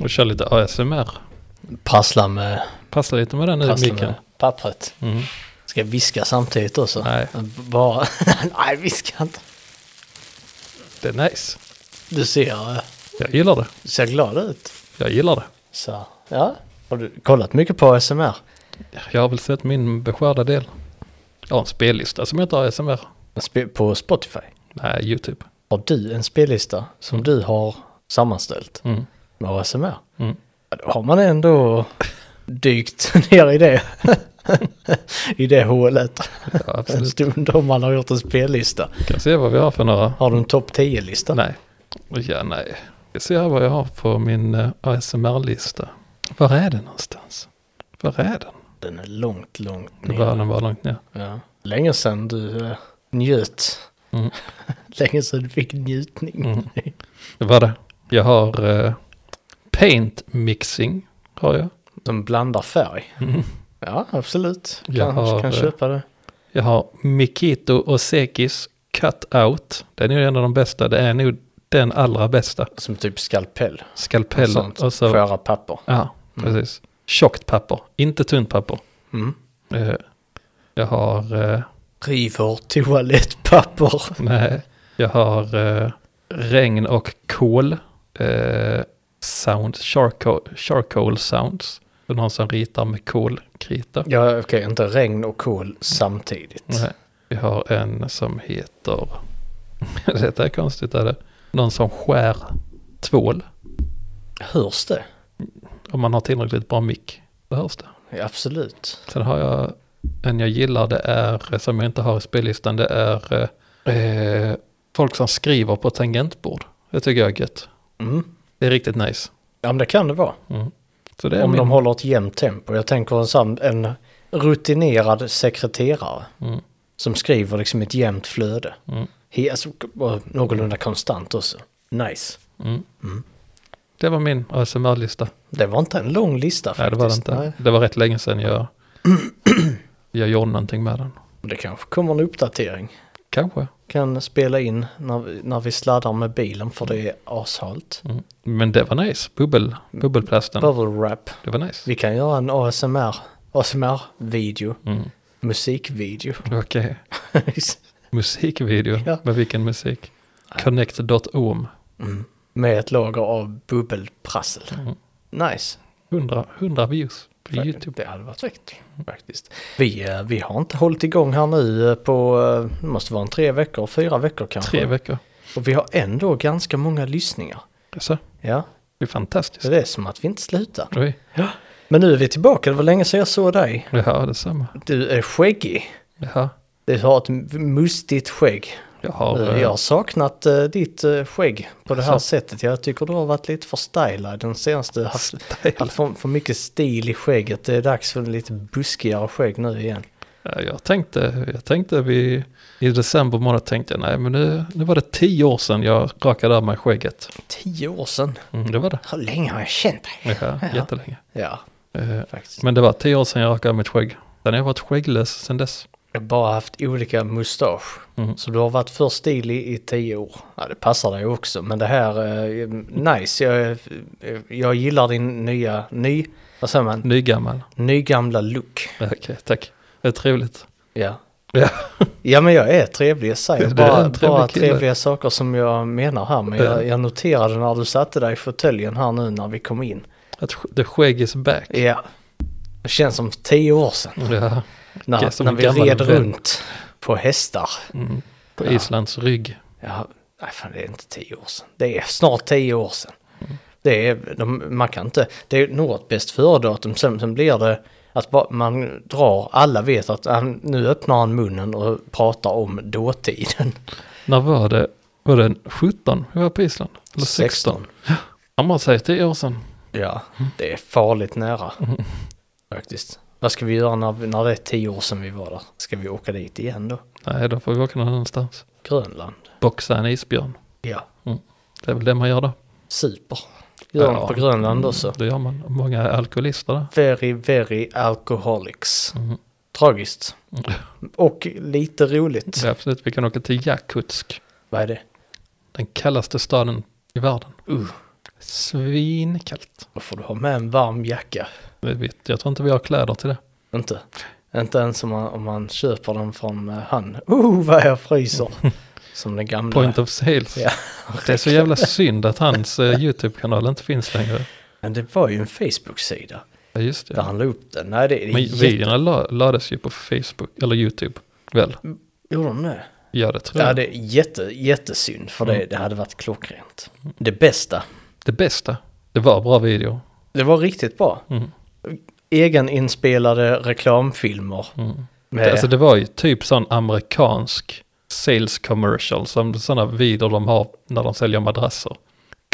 Och kör lite ASMR. Prassla med, Passar lite med den nu prassla micken. med pappret. Mm. Ska jag viska samtidigt också? Nej. B- Bara, nej viska inte. Det är nice. Du ser, eh, Jag gillar det. du ser glad ut. Jag gillar det. Så, ja. Har du kollat mycket på ASMR? Jag har väl sett min beskärda del. Jag har en spellista som heter ASMR. Spe- På Spotify? Nej, YouTube. Har du en spellista som Mm. du har sammanställt Mm. med ASMR? Mm. Ja, då har man ändå dykt ner i det. I det hålet. Ja, En absolut. stund om man har gjort en spellista. Kan se vad vi har för några. Har du en topp 10-lista? Nej. Ja, nej. Jag ser vad jag har på min eh, ASMR-lista. Var är den någonstans? Var är den? Den är långt, långt Nu var ner. den var långt ner. Ja. Länge sedan du eh, njöt. Mm. Länge sedan du fick njutning. Mm. Det var det. Jag har eh, paint mixing. Har jag. Som blandar färg. Mm. Ja, absolut. Jag Kan, har, kan eh, köpa det. Jag har Mikito Osekis Cut Out. Den är ju en av de bästa. Det är nog den allra bästa. Som typ skalpell. Skalpellen. Sånt. Och så, Skära papper. ja, Mm. precis. Tjockt papper, inte tunt papper. Mm. Eh, Jag har, eh, River toalettpapper. nej, jag har eh, regn och kol. Eh, sound, charcoal, charcoal sounds. Det är någon som ritar med kolkrita. Ja, okej, inte regn och kol samtidigt. Nej, vi har en som heter... Detta är konstigt. Är det? Någon som skär tvål. Hörs det? Om man har tillräckligt bra mick. Då hörs det. Ja, absolut. Sen har jag en jag gillar. Det är, som jag inte har i spellistan. Det är eh, eh, folk som skriver på tangentbord. Det tycker jag är gött. Mm. Det är riktigt nice. Ja, men det kan det vara. Mm. Så det är Om min. de håller ett jämnt tempo. Jag tänker en, sam- en rutinerad sekreterare Mm. som skriver liksom ett jämnt flöde. Mm. He- alltså, och någorlunda konstant också. Nice. Mm. Mm. Det var min ASMR-lista. Det var inte en lång lista Nej, det faktiskt. var det inte. Nej. Det var rätt länge sedan jag, jag gjorde någonting med den. Det kanske kommer en uppdatering. Kanske. Kan spela in när vi, när vi sladdar med bilen för det är ashalt. Mm. Men det var nice. Bubbel, bubbelplasten. Bubble wrap. Det var nice. Vi kan göra en ASMR. ASMR-video. Mm. Musikvideo. Okej. Musikvideo. Ja. Med vilken musik? Connect.om. Mm. Med ett lager av bubbelprassel. Mm. Nice. 100, 100 views på Fa- YouTube. Det hade varit fräckt faktiskt. Vi, eh, vi har inte hållit igång här nu eh, på, eh, det måste vara en tre veckor, fyra veckor kanske. Tre veckor. Och vi har ändå ganska många lyssningar. Så, Ja, det är fantastiskt. så det är som att vi inte slutar. Oj. Men nu är vi tillbaka, det var länge sedan jag såg dig. Jaha, detsamma. Du är skäggig. Jaha. Du har ett mustigt skägg. Jag har... Jag eh, har saknat eh, ditt eh, skägg på det här Alltså. sättet. Jag tycker du har varit lite för stylad den senaste. Haft, style. haft för, för mycket stil i skägget. Det är dags för lite buskigare skägg nu igen. Ja, eh, Jag tänkte, jag tänkte vi, i december månad tänkte jag nej men nu, nu var det tio år sedan jag rakade av mig skägget. Tio år sedan. Mm, det var det. Hur länge har jag känt dig? Ja, Ja. Jättelänge. Ja, Eh, faktiskt. Men det var tio år sedan jag rakade av mitt skägg. Sen har jag varit skägglös sedan dess. Jag har bara haft olika mustasch. Mm. Så du har varit för stilig i tio år. Ja, det passar dig också. Men det här är nice. Jag, eh, jag gillar din nya, ny, vad säger man, Nygammal. nygamla look. Ja, Okej, tack. Det är trevligt. Ja. Ja. ja, men jag är trevlig. Jag säger Du är bara, en trevlig bara kille. trevliga saker som jag menar här. Men Ja. jag, jag noterade när du satte dig i fåtöljen här nu när vi kom in. Att sk- the skägg is back. Ja. Det känns som tio år sedan. Ja. Ja, När, som när en vi gammal red vän. runt på hästar. Mm. På Ja. Islands rygg. Ja, nej fan det är inte tio år sedan. Det är snart tio år sedan. Det är, de, man kan inte, det är nog ett bäst före-datum. Sen, sen blir det att bara, man drar, alla vet att ah, nu öppnar han munnen och pratar om dåtiden. När var det? Var det 17? Vi var på Island. Eller 16? Han bara säger 10 år sedan. Ja, det är farligt nära faktiskt. Vad ska vi göra när, vi- när det är tio år sedan vi var där? Ska vi åka dit igen då? Nej, då får vi åka någon annanstans. Grönland? Boxa en isbjörn. Ja, Det är väl det man gör då. super. Gör Ja. ja. på Grönland också. Det gör man. Många är alkoholister där. Very, very alcoholics. Mm. Tragiskt. Mm. Och lite roligt. Ja, absolut, vi kan åka till Jakutsk. Vad är det? Den kallaste staden i världen. Uh. Svinkallt. Då får du ha med en varm jacka. Jag vet- Jag tror inte vi har kläder till det. Inte, inte ens om man, om man köper den från eh, han. Oh, vad jag fryser! Som den gamla. Point of sales. Ja. Det är så jävla synd att hans eh, YouTube-kanal inte finns längre. Men det var ju en Facebook-sida Ja, just där det. han la upp den. Nej, det är Men videorna la, lades ju på Facebook, eller YouTube, väl? Gjorde de det? Ja, det tror Ja, jag. det är jätte, jättesynd för det, Mm. det hade varit klockrent. Det bästa. Det bästa. Det var bra video. Det var riktigt bra. Mm. Egeninspelade reklamfilmer. Mm. Med, Det, alltså det var ju typ sån amerikansk sales commercial, som sådana videor de har när de säljer madrasser.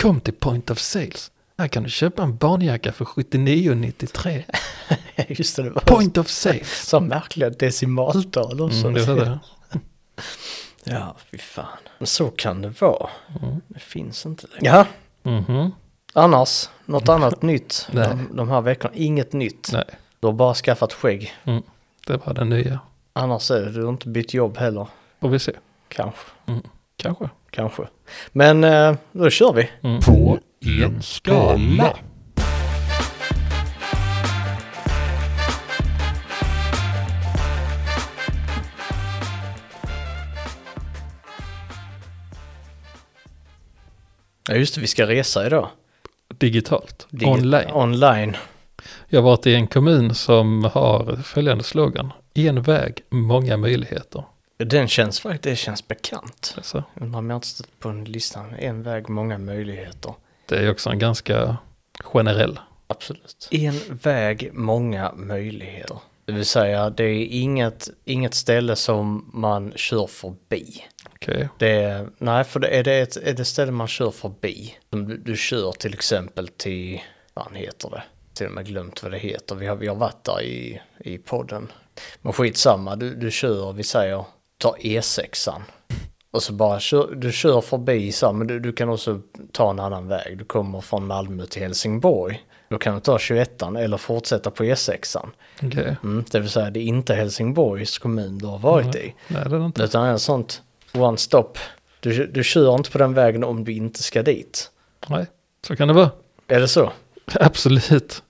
Kom till Point of Sales. Här kan du köpa en barnjacka för 79,93. just det, det var Point of Sales. så märkliga decimaltal också. Mm, det var det. Ja, fy fan. Men så kan det vara. Mm. Det finns inte längre. Mm. Ja, Mhm. annars, något annat nytt Nej. de, de här veckorna? Inget nytt. Nej, Du har bara skaffat skägg. det var den nya. Annars är det, du har inte bytt jobb heller. Får vi se. Kanske, Kanske. kanske. Men eh, då kör vi. Mm. på en skala. Ja, just det, vi ska resa idag. Digitalt. Digi- Online. Online. Jag har varit i en kommun som har följande slogan. En väg, många möjligheter. Den känns faktiskt, det känns bekant. Alltså, Undrar om jag inte stött på en lista. En väg, många möjligheter. det är också en ganska generell. Absolut. En väg, många möjligheter. Det vill säga, det är inget, inget ställe som man kör förbi. Okej. Det är, nej, för det är det ett är det ställe man kör förbi. Som Du, du kör till exempel till, vad han heter det? Till och med glömt vad det heter. Vi har, vi har varit där i, i podden. Men skitsamma, du, du kör, vi säger, ta E6an. Och så bara, kör, du kör förbi så här, men du, du kan också ta en annan väg. Du kommer från Malmö till Helsingborg. Då kan du ta 21an eller fortsätta på E6an. Okej. Mm, det vill säga, det är inte Helsingborgs kommun du har varit i. Nej, det är det inte. Utan det är sånt one stop. Du, du kör inte på den vägen om du inte ska dit. Nej, så kan det vara. Är det så? Absolut.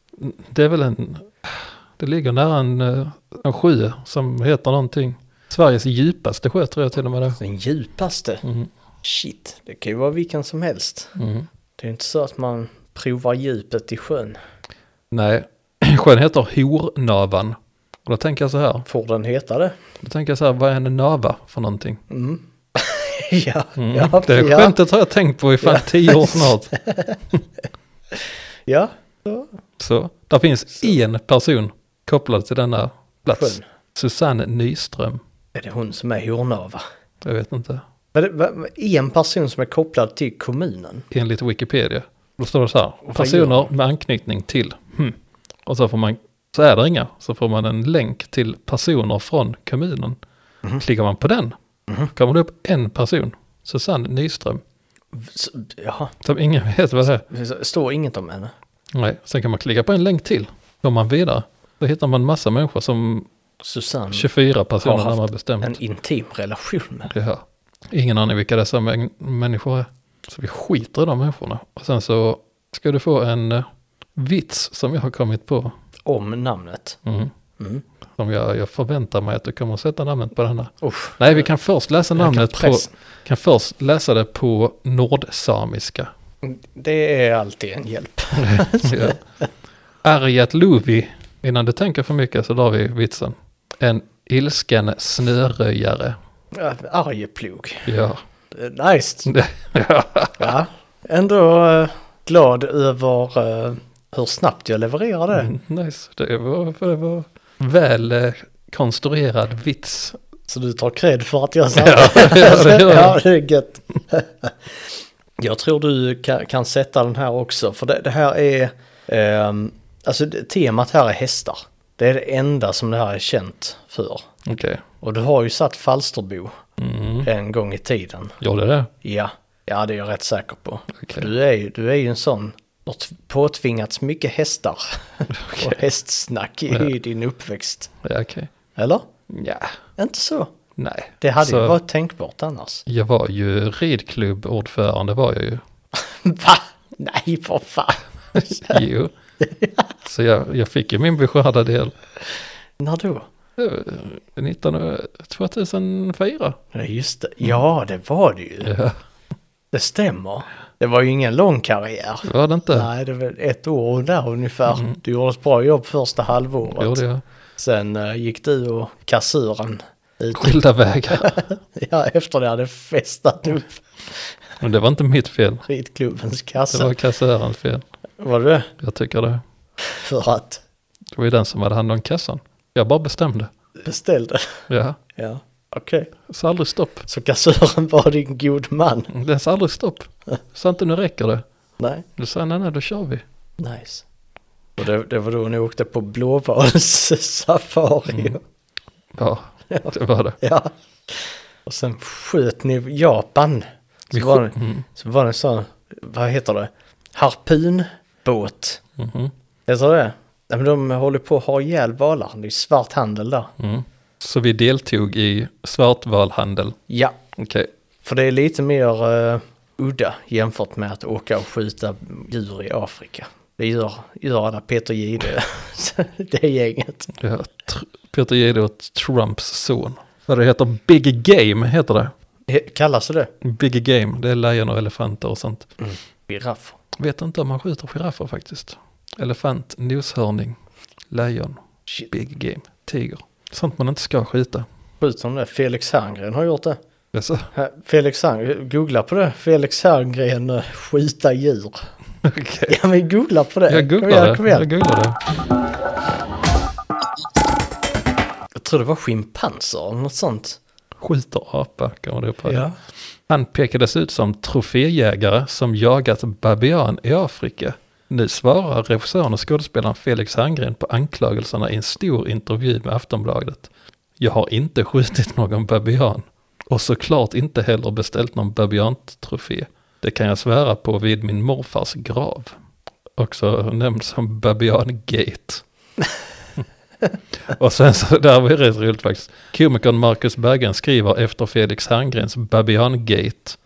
Det är väl en... Det ligger nära en, eh, en sjö som heter någonting. Sveriges djupaste sjö tror jag till och med det. är. Den djupaste. Mm. Shit, det kan ju vara vilken som helst. Mm. Det är inte så att man provar djupet i sjön. Nej, sjön heter Hornavan. Och då tänker jag så här. Får den heta det? Då tänker jag så här, vad är en nava för någonting? Mm. ja, Mm. ja, det är ja, skämtet har jag tänkt på i fan tio år snart. Ja, Så där finns en person kopplad till denna plats. sjön. Susanne Nyström. Är det hon som är Hornava? Jag vet inte. Var det- var- var En person som är kopplad till kommunen. enligt Wikipedia. Då står det så här, vad gör personer med anknytning till. Hmm. Och så får man, så är det inga, så får man en länk till personer från kommunen. Mhm. Klickar man på den, kommer det upp en person, Susanne Nyström, S- Jaha, som ingen vet vad det är. det står inget om henne. Nej, sen kan man klicka på en länk till, går man vidare. Då hittar man massa människor som Susanne 24 personer Mm. Har haft närmare bestämt. en intim relation med. Ja. Ingen aning vilka dessa mäng- människor är. Så vi skiter i de människorna. Och sen så ska du få en eh, vits som jag har kommit på. Om namnet. Mm. Mm. Som jag, jag förväntar mig att du kommer att sätta namnet på denna. Usch. Nej, vi kan först läsa Jag kan namnet på, pressa. kan först läsa det på nordsamiska. Det är alltid en hjälp. ja. Arjat Luvi, innan du tänker för mycket så drar vi vitsen. En ilsken snöröjare. Ja, Arjeplog. Ja, Eh, Nice. ja. Ja. Ändå eh, glad över eh, hur snabbt jag levererar det. Mm, nice, det var, för det var väl eh, konstruerad vits. Så du tar cred för att jag sa Ja, det gör jag. ja, det är gött. jag tror du kan, kan sätta den här också. För det, det här är... ehm, alltså det, temat här är hästar. Det är det enda som det här är känt för. Okej, Och du har ju satt Falsterbo mm. en gång i tiden. gjorde det? Ja, ja det är jag rätt säker på. Okej. Du, är ju, du är ju en sån, du har t- påtvingats mycket hästar och hästsnack i, i din uppväxt. Ja, okej. Eller? Nja, Inte så. nej. Det hade Så ju varit tänkbart annars. Jag var ju ridklubbordförande var jag ju. Va? Nej, för fan. Jo. Så jag, jag fick ju min beskärda del När då? eh, 19, 2004. Ja, just det. Ja, det var det ju. Ja, Det stämmer. Det var ju ingen lång karriär. det var det inte. Nej, det var ett år där ungefär. Du gjorde ett bra jobb första halvåret. Mm. Det gjorde jag. Sen eh, gick du och kassören ut. Skilda vägar. Ja, efter det hade festat upp Men det var inte mitt fel. skidklubbens Det kassa. var kassörens fel. Var det det Jag tycker det. För att Det var ju den som hade hand om kassan. Jag bara bestämde. beställde? Ja, Ja, okej. så aldrig stopp. Så kassören var din god man? Den sa aldrig stopp. Sa inte nu räcker det. Nej, Du sa nej, nej, då kör vi. nice. Och det, det var då ni åkte på blåvalssafari. Ja, det var det. Ja. Och sen sköt ni Japan. Vi Så var, skö- det, så var det en sån, vad heter det, harpunbåt. Mhm. Heter det Nej, men de håller på att ha ihjäl valar. Det är svart handel där. Mm. Så vi deltog i svartvalhandel. Ja, Okej, för det är lite mer eh, udda jämfört med att åka och skjuta djur i Afrika. Det gör, gör alla Peter Jihde, det gänget. ja, tr- Peter Jihde och Trumps son. Vad det heter, Big Game heter det. He- Kallas det det? Big Game, det är lejon och elefanter och sånt. Giraffer. Vet inte om man skjuter giraffer faktiskt. Elefant, noshörning, lejon, Shit. Big Game, tiger. Sånt man inte ska skjuta. Skjuter de det? Felix Herngren har gjort det. Det är så. Här, Felix Herngren, googla på det. Felix Herngren eh, skjuta djur. Okej. Ja men googla på det. Jag Kom igen, googlade. kom igen. Jag googlade. Jag tror det var schimpanser eller något sånt. Skjuter apa, kommer det upp här. Han pekades ut som troféjägare som jagat babian i Afrika. Nu svarar regissören och skådespelaren Felix Herngren på anklagelserna i en stor intervju med Aftonbladet. Jag har inte skjutit någon babian och såklart inte heller beställt någon babiantrofé. Det kan jag svära på vid min morfars grav. Också nämnd som babian-gate. Och sen så, det här var ju rätt roligt faktiskt. Komikern Marcus Berggren skriver efter Felix Herngrens Babian-gate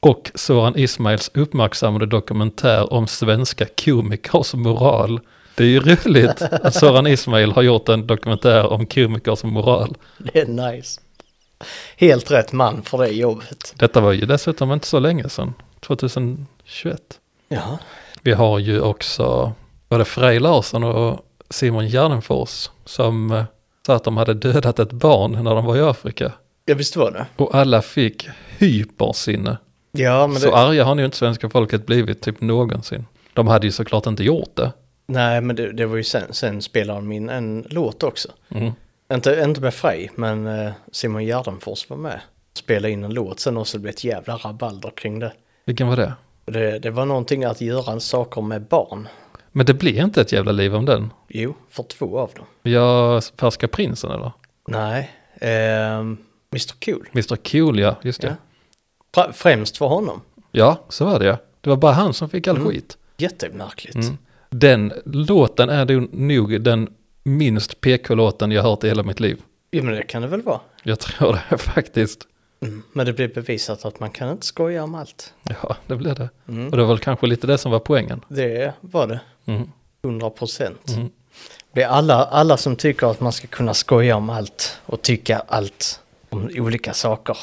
och Soran Ismails uppmärksammade dokumentär om svenska komikers moral. Det är ju roligt att Soran Ismail har gjort en dokumentär om komikers moral. Det är nice. Helt rätt man för det jobbet. Detta var ju dessutom inte så länge sedan, 2021. Ja. Vi har ju också, var det Frej Larsson och Simon Gärdenfors som eh, sa att de hade dödat ett barn när de var i Afrika. Jag visste var det. Och alla fick hypersinne. Ja men Så det, arga har nu inte svenska folket blivit typ någonsin. De hade ju såklart inte gjort det. nej, men det, det var ju sen, sen spelade de in en låt också. Mm. Inte, inte med Frej, men eh, Simon Gärdenfors var med. Spelade in en låt, sen också blev ett jävla rabalder kring det. Vilken var det? Och Det, det var någonting att göra saker med barn. Men det blev inte ett jävla liv om den. Jo, för två av dem. Ja, Färska prinsen eller? Nej, ehm, Mr Cool. Mr Cool ja, just det. Ja. Fra- Främst för honom. Ja, så var det ja. Det var bara han som fick Mm. all skit. Jättemärkligt. Mm. Den låten är då nog den minst PK-låten jag hört i hela mitt liv. Jo, men det kan det väl vara. Mm. Jag tror det faktiskt. Men det blir bevisat att man kan inte skoja om allt. Ja, det blev det. Mm. Och det var väl kanske lite det som var poängen. Det var det. Mm. 100 procent. Det är alla, alla som tycker att man ska kunna skoja om allt och tycka allt om olika saker.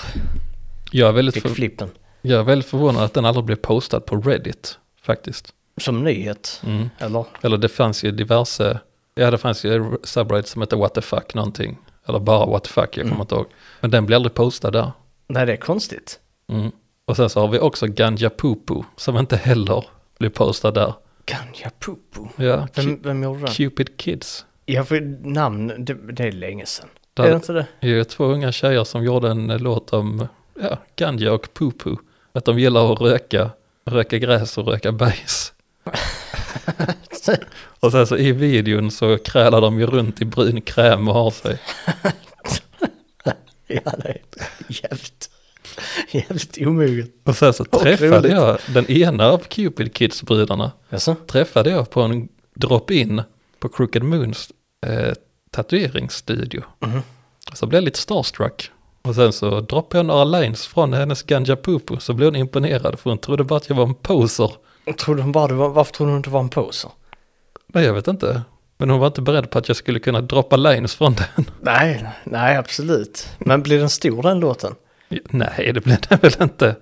Jag är väldigt, Fick för... flippen. jag är väldigt förvånad att den aldrig blev postad på Reddit faktiskt. Som nyhet. Eller? Eller det fanns ju diverse, ja det fanns ju subreddit som hette what the fuck någonting. Eller bara what the fuck, jag Mm. kommer inte ihåg. Men den blir aldrig postad där. Nej, det är konstigt. Mm. Och sen så har vi också Ganja Pupu som inte heller blir postad där. Ganja Pupu. Ja, Vem, Cu- vem gjorde den? Cupid Kids. Jag får namn, det, det är länge sedan. Där- Är det inte det? Det är ju två unga tjejer som gjorde en eh, låt om ja, ganja och pupu. Att de gillar att röka, röka gräs och röka bajs. och sen så i videon så krälar de ju runt i brun kräm och har sig. Ja, det är jävligt, jävligt omoget. Och sen så Och träffade roligt. jag den ena av Cupid Kids-brudarna. Jaså? Träffade jag på en drop-in på Crooked Moons eh, tatueringsstudio. Mhm. Så blev jag lite starstruck. Och sen så droppade jag några lines från hennes ganja pupu så blev hon imponerad för hon trodde bara att jag var en poser. Trodde hon bara det var, varför trodde hon inte det var en poser? Nej, jag vet inte. Men hon var inte beredd på att jag skulle kunna droppa lines från den. Nej, nej absolut. Men blir den stor den låten? Nej, det blev den väl inte.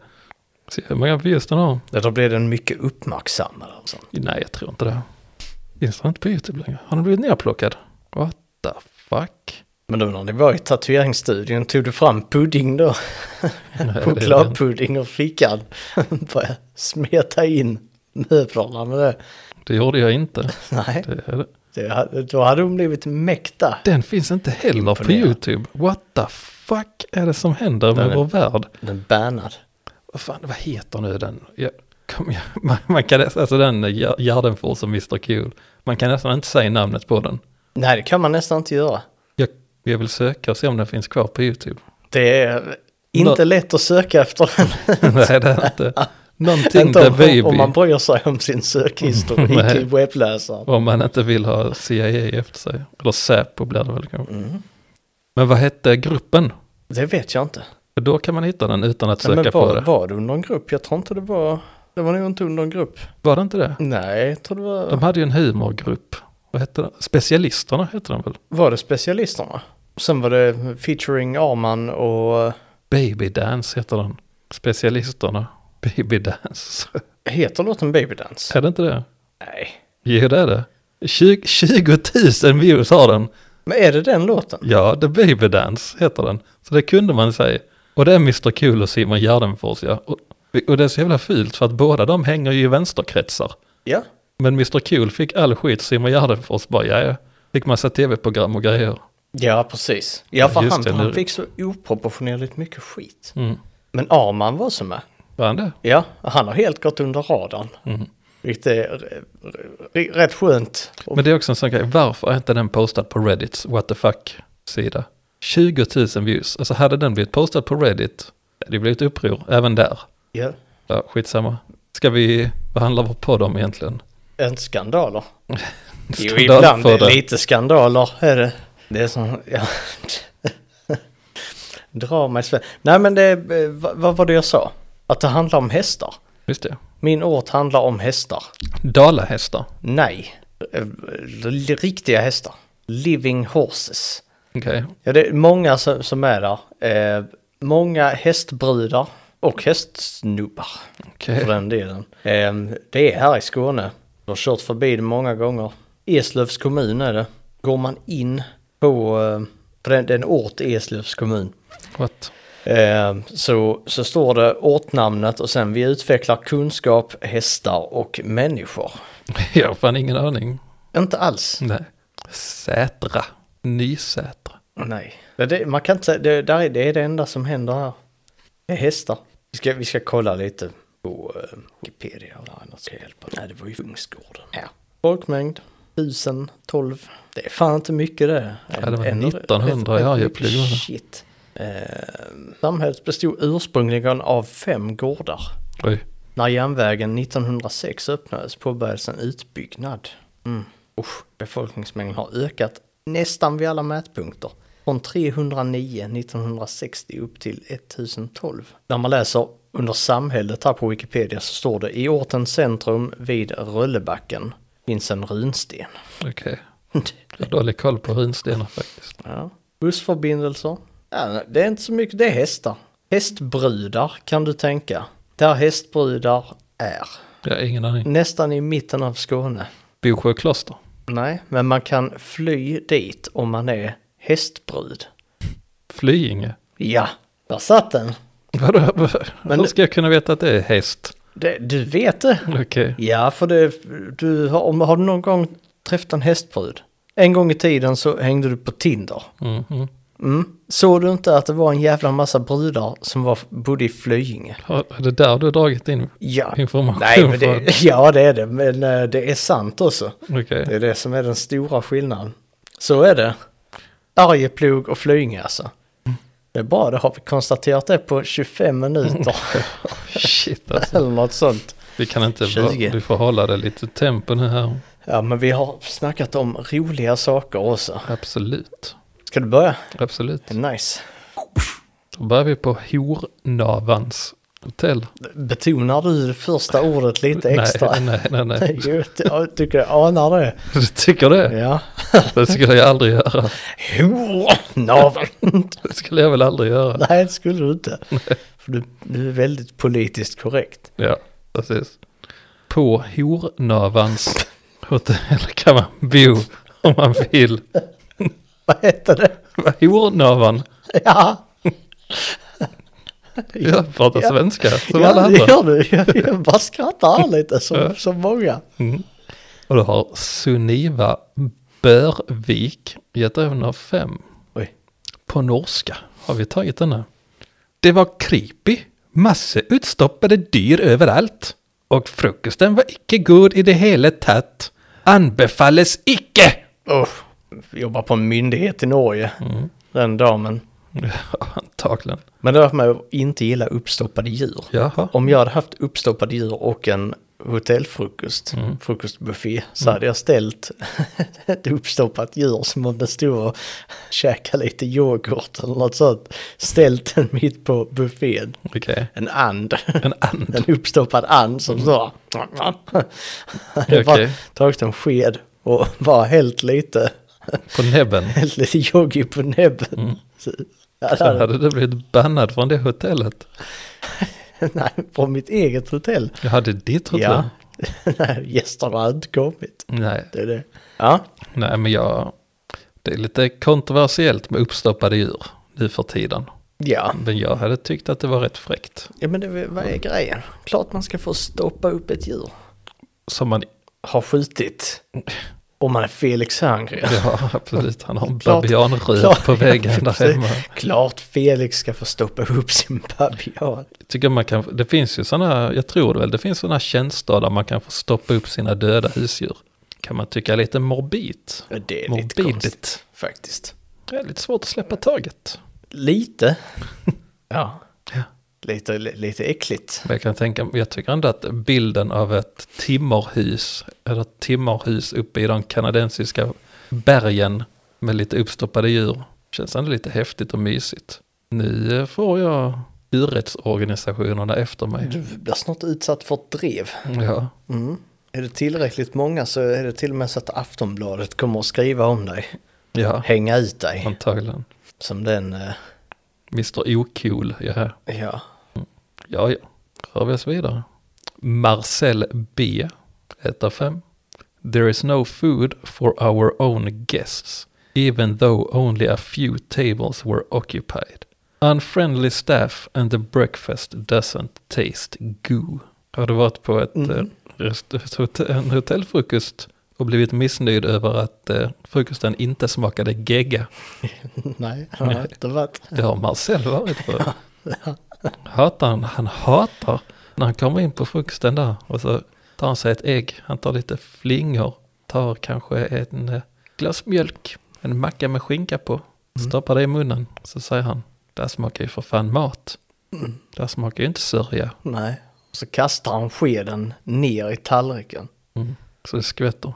Se hur många views den har. Eller blir den mycket uppmärksammad? Alltså. Nej, jag tror inte det. Finns den inte på YouTube längre? Har den blivit nerplockad? What the fuck? Men då när ni var i tatueringsstudion tog du fram pudding då? Nej, det är den. Chokladpudding och fickan. Började smeta in möblerna med det. Det gjorde jag inte. Nej, Det är det. det, hade- då hade hon blivit mäkta. Den finns inte heller på Imponerande. YouTube. What the fuck är det som händer med Den är- vår värld? Den bannad. Vad fan, vad heter nu den? Jag, kom, jag, man, man kan nästan, alltså den Gär- Gärdenfors och Mr Cool. Man kan nästan inte säga namnet på den. Nej, det kan man nästan inte göra. Jag, jag vill söka och se om den finns kvar på YouTube. Det är inte Nå- lätt att söka efter den. Nej, det är inte. Någonting inte the om, baby. om man bryr sig om sin sökhistorik Nej. i webbläsaren. Om man inte vill ha CIA efter sig. Eller Säpo blir det väl kanske. Mm. Men vad hette gruppen? Det vet jag inte. För Då kan man hitta den utan att Nej, söka men på var, det. var det under en grupp? Jag tror inte det var... Det var nog inte under en grupp. Var det inte det? Nej, jag tror det var... De hade ju en humorgrupp. Vad hette den? Specialisterna hette den väl? Var det specialisterna? Sen var det featuring Arman och... Baby Dance heter den. Specialisterna. Baby Dance. Heter låten Babydance? är det inte det? Nej. Jo, det är det. 20, 20 000 views har den. Men är det den låten? Ja, The Baby Dance heter den. Så det kunde man säga. Och det är Mr Cool och Simon Gärdenfors, ja. Och, och det är så jävla fult för att båda de hänger ju i vänsterkretsar. Ja. Men Mr Cool fick all skit, Simon Gärdenfors bara, ja, ja. Fick massa tv-program och grejer. Ja, precis. Ja, för Just han, det, han nu- fick så oproportionerligt mycket skit. Mm. Men Arman var som med. Var han det? Ja, han har helt gått under radarn. Mm. Vilket är r- r- rätt skönt. Men det är också en sån grej, varför är inte den postad på Reddits what the fuck-sida? 20 000 views, alltså hade den blivit postad på Reddit, det hade ju blivit uppror även där. Ja. Ja, skitsamma. Ska vi, vad handlar vår podd om egentligen? Inte skandaler. Jo, Skandal ibland för är det det. lite skandaler. Är det. det är som... Ja. Dra mig sve- Nej, men det... eh, va- Vad var det jag sa? Att det handlar om hästar. Just det. Min ort handlar om hästar. Dalahästar. Nej. Eh, l- Riktiga hästar. Living horses. Okej. Ja, det är många som, som är där. Eh, många hästbrudar och hästsnubbar Okej. för den delen. Eh, det är här i Skåne. Jag har kört förbi det många gånger. Eslövs kommun är det. Går man in på, eh, på den, den ort i Eslövs kommun What? eh, så, så står det ortnamnet och sen vi utvecklar kunskap, hästar och människor. Jag har fan ingen aning. Inte alls. Nej. Sätra. Nysätra. Nej. Det, det, man kan inte säga, det, där är, det är det enda som händer här. Det är hästar. Vi ska, vi ska kolla lite på eh, Wikipedia och annat ska hjälpa. Nej, det var ju Kungsgården. Ja. Folkmängd, 1012. Det är fan inte mycket det. Ja, det var Ändå 1900, rätt- ja, jag rätt mycket pluggar det. Shit. Eh, samhället bestod ursprungligen av fem gårdar. Oj. När järnvägen 1906 öppnades påbörjades en utbyggnad. Mm. Usch, befolkningsmängden har ökat nästan vid alla mätpunkter. Från 309 1960 upp till 1012. När man läser under samhället här på Wikipedia så står det i ortens centrum vid Röllebacken finns en runsten. Okej. Jag har dålig koll på runstenar faktiskt. ja. Bussförbindelser? Ja, det är inte så mycket, det är hästar. Hästbrudar kan du tänka. Där hästbrudar är. Jag har ingen aning. Nästan i mitten av Skåne. Bosjö kloster. Nej, men man kan fly dit om man är hästbrud. Flyinge. Ja, där satt den. Vadå? Hur det- Mm. ska jag kunna veta att det är häst? Det, du vet det. Okej. Ja, för det, du har, om, har du någon gång träffat en hästbrud? En gång i tiden så hängde du på Tinder. Mhm. Mm. Såg du inte att det var en jävla massa brudar som var, bodde i Flyinge? Har- Är det där du har dragit in Ja. information? Nej, men från? det, ja det är det, men eh, det är sant också. Okej. Det är det som är den stora skillnaden. Så är det. Arjeplog och Flyinge alltså. Det är bra, det har vi konstaterat det på 25 minuter. Shit alltså. Eller något sånt. Vi kan inte... 20. Vi får hålla det lite tempo nu här. Ja, men vi har snackat om roliga saker också. Absolut. Ska du börja? Absolut. Nice. Då börjar vi på hornavans Hotell. Betonar du första ordet lite extra? Nej, nej, nej. nej. Jo, ty- Jag tycker jag anar det. Du tycker det? Ja. Det skulle jag aldrig göra. Hornavel! Det skulle jag väl aldrig göra. Nej, det skulle du inte. För du, du är väldigt politiskt korrekt. Ja, precis. På Hornövans hotell kan man bo om man vill. Vad heter det? Hornövan, Ja, jag pratar svenska som alla ja andra. det gör du. Jag, jag bara skrattar här lite som, som många. Och du har Suniva Börvik gett även av fem. Oj. På norska har vi tagit den här. Det var creepy. Masse utstoppade dyr överallt. Och frukosten var icke god i det hela tatt. Anbefalles icke! Usch. Jobbar på en myndighet i Norge, den damen. Ja, antagligen. Men det var för mig att inte gilla uppstoppade djur. Jaha. Om jag hade haft uppstoppade djur och en hotellfrukost, frukostbuffé, så hade jag ställt ett uppstoppat djur som om det stod och käkade lite yoghurt eller något sånt. Ställt den mitt på buffén. Okej. En and. En and. Mm. En uppstoppad and som så. Okej. Bara Tagit en sked och bara hällt lite, På näbben. hällt lite yogi på näbben. Mm. Så, alltså, ja, det Sen hade, hade du blivit bannad från det hotellet. nej, från mitt eget hotell. Jag hade ditt hotell. Ja, nej, gästerna hade inte kommit. Nej, Det är det. Ja, nej, men jag... Det är lite kontroversiellt med uppstoppade djur nu för tiden. ja. Men jag hade tyckt att det var rätt fräckt. ja men det, vad är grejen? Klart man ska få stoppa upp ett djur. Som man... Har skjutit. Mm. Om man är Felix Herngren. Ja, absolut. Han har en Klart- babianröv klart- på väggen där precis. hemma. Klart Felix ska få stoppa upp sin babian. Jag Tycker man kan... Det finns ju sådana... Jag tror det väl. Det finns sådana tjänster där man kan få stoppa upp sina döda husdjur. Kan man tycka är lite morbid. Ja, Det är lite konstigt Morbidigt. faktiskt. Det är lite svårt att släppa taget. Lite. Ja. Ja. Lite, li- lite äckligt. Men jag kan tänka, jag tycker ändå att bilden av ett timmerhus, eller ett timmerhus uppe i de kanadensiska bergen med lite uppstoppade djur, känns ändå lite häftigt och mysigt. Nu eh, får jag djurrättsorganisationerna efter mig. Du blir snart utsatt för ett drev. Ja, Mm. Är det tillräckligt många så är det till och med så att Aftonbladet kommer att skriva om dig. ja, Hänga ut dig. antagligen. Som den, eh, Mr Ocool, ja. ja. Ja, ja. Rör vi oss vidare. Marcel B. 1 av 5. There is no food for our own guests, even though only a few tables were occupied. Unfriendly staff and the breakfast doesn't taste goo. Har du varit på ett, Mm. eh, rest- ett hotell, en hotellfrukost och blivit missnöjd över att eh, frukosten inte smakade gegga? Nej, han har inte varit. Det har Marcel varit på. Hatar han, han hatar när han kommer in på frukosten där och så tar han sig ett ägg, han tar lite flingor, tar kanske en eh, glas mjölk, en macka med skinka på, stoppar det i munnen, så säger han, det här smakar ju för fan mat. Det här smakar ju inte sörja, Nej. Så kastar han skeden ner i tallriken. Mm. så det skvätter.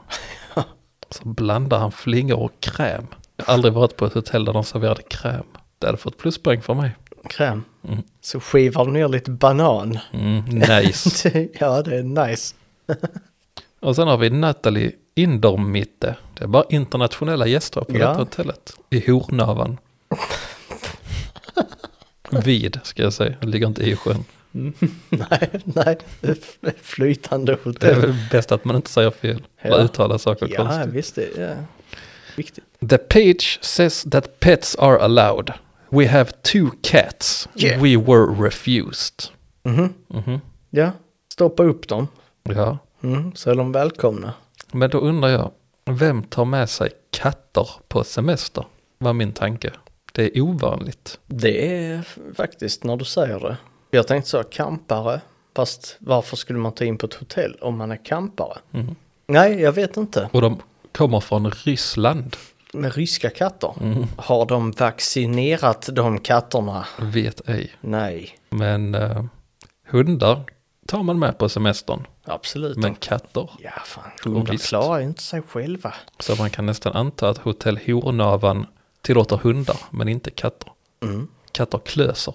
Så blandar han flingor och kräm. Jag har aldrig varit på ett hotell där de serverade kräm. Det hade fått pluspoäng för mig. Kräm. Så skivar han ner lite banan. Mm, nice. ja, det är nice. Och sen har vi Natalie Indermitte. Det är bara internationella gäster på Ja. detta hotellet. I Hornavan. Vid, ska jag säga. Det ligger inte i sjön. nej, nej. Flytande Det är hotell. väl bäst att man inte säger fel. Ja. Bara uttalar saker Ja, konstigt. visst det är viktigt. The page says that pets are allowed. We have two cats. Yeah. We were refused. Mm-hmm. Mhm. Ja, stoppa upp dem. Ja, Mm, så är de välkomna. men då undrar jag. Vem tar med sig katter på semester? Var min tanke. Det är ovanligt. Det är f- faktiskt när du säger det. Jag tänkte så, kampare. Fast varför skulle man ta in på ett hotell om man är kampare? Mm-hmm. Nej, jag vet inte. Och de kommer från Ryssland. Med ryska katter. Mm-hmm. Har de vaccinerat de katterna? Vet ej. Nej, Men eh, hundar tar man med på semestern. absolut Men inte. katter. Ja, fan. Och Hundar visst. klarar ju inte sig själva. Så man kan nästan anta att hotell Mm, Hornavan tillåter hundar men inte katter. Katter klöser.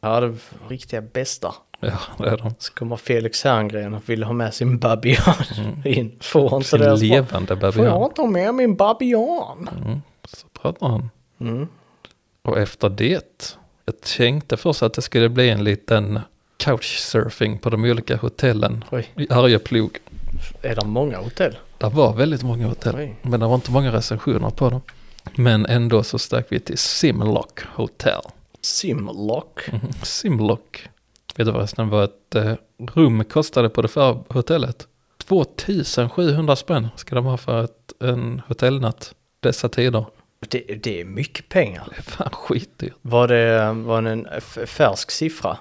Ja, det var riktiga bästa. Ja, det är de. Så kommer Felix Herngren och vill ha med sin babian in. Får han inte Mm. Sin det? så bara, levande Får jag babian. inte ha med min babian? Mm, så pratar han. Mm. Och efter det, jag tänkte först att det skulle bli en liten couchsurfing på de olika hotellen Oj, i Arjeplog. är det många hotell? Det var väldigt många hotell, Oj. men det var inte många recensioner på dem. Men ändå så stack vi till Simlock Hotel. Simlock. Mhm, Simlock. Vet du förresten vad ett eh, rum kostade på det förra hotellet? 2700 spänn ska de ha för ett, en hotellnatt dessa tider. Det, det är mycket pengar. Det är fan skitdyrt. Var det, var det en f- färsk siffra?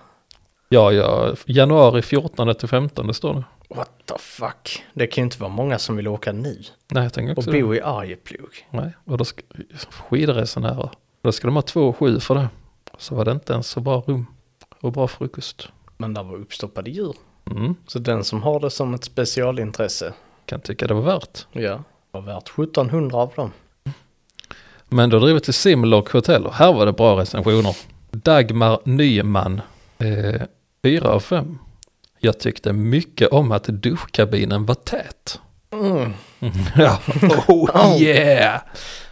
Ja, ja, januari 14 till 15 det står det. What the fuck? Det kan ju inte vara många som vill åka nu Nej, jag tänker och också det. bo i Arjeplog. Nej, och då ska, skidresenärer. Då ska de ha två och sju för det. Så var det inte ens så bra rum och bra frukost. Men där var uppstoppade djur. Mm. Så den som har det som ett specialintresse, Kan tycka det var värt. ja, var värt 1700 av dem. Men då driver vi till Simlock Hotel och här var det bra recensioner. Dagmar Nyman, eh, 4 av 5. Jag tyckte mycket om att duschkabinen var tät. Mm. Ja, oh yeah!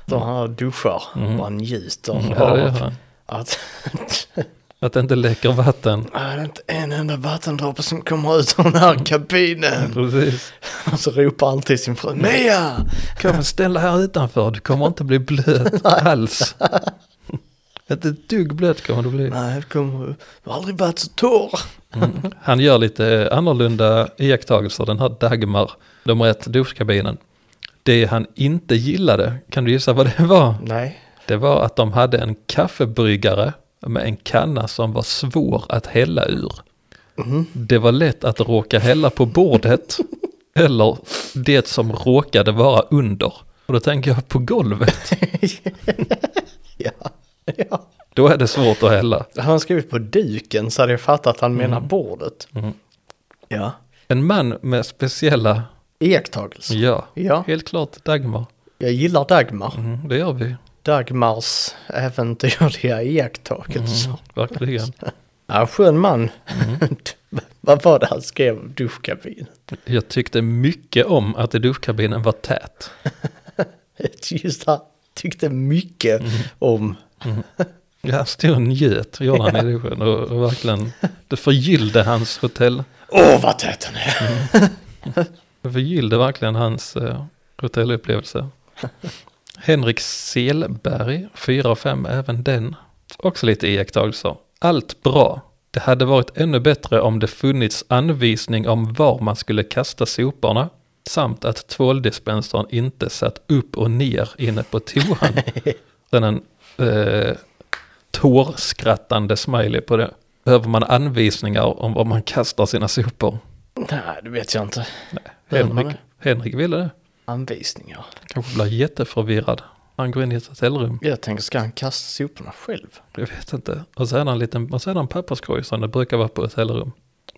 De här duschar, bara njuter Ja, det gör av han. att "Äh, Att det inte läcker vatten. det är inte en enda vattendroppe som kommer ut ur den här kabinen. Precis. Och så ropar han till sin fru, Mia! Kom och ställ dig här utanför, du kommer inte bli blöt alls. Inte ett dugg blöt kommer du bli. Nej, jag kommer, jag har aldrig varit så torr. Mm. Han gör lite eh, annorlunda iakttagelser, den här Dagmar, nummer ett, duschkabinen. Det han inte gillade, kan du gissa vad det var? Nej. Det var att de hade en kaffebryggare med en kanna som var svår att hälla ur. Mm. Det var lätt att råka hälla på bordet eller det som råkade vara under. Och då tänker jag på golvet, Ja. ja. då är det svårt att hälla. Hade han skrivit på duken så hade jag fattat att han menar bordet. Ja. En man med speciella, Iakttagelser. ja, Ja. helt klart Dagmar. Mm. Jag gillar Dagmar. Mm, det gör vi, Dagmars äventyrliga iakttagelser. verkligen. Ja, skön man. Mm. Vad var det han skrev om duschkabinen? Jag tyckte mycket om att duschkabinen var tät. Just han tyckte mycket om. Ja, Han stod och njöt, gjorde han i duschen och, och verkligen, det förgyllde hans hotell, Åh, vad tät han är! det förgyllde verkligen hans eh, hotellupplevelse. Henrik Selberg, 4 av 5 även den. Också lite iakttagelser. Allt bra. Det hade varit ännu bättre om det funnits anvisning om var man skulle kasta soporna samt att tvåldispensorn inte satt upp och ner inne på toan. Sen en eh, tårskrattande smiley på det. Behöver man anvisningar om var man kastar sina sopor? Nej, det vet jag inte. Behöver man Henrik, Henrik ville det. Anvisningar. Kanske blir jätteförvirrad. Han går in i ett hotellrum. Jag tänker, ska han kasta soporna själv? Jag vet inte. Och så är det en liten, och så är det en papperskorg som det brukar vara på hotellrum.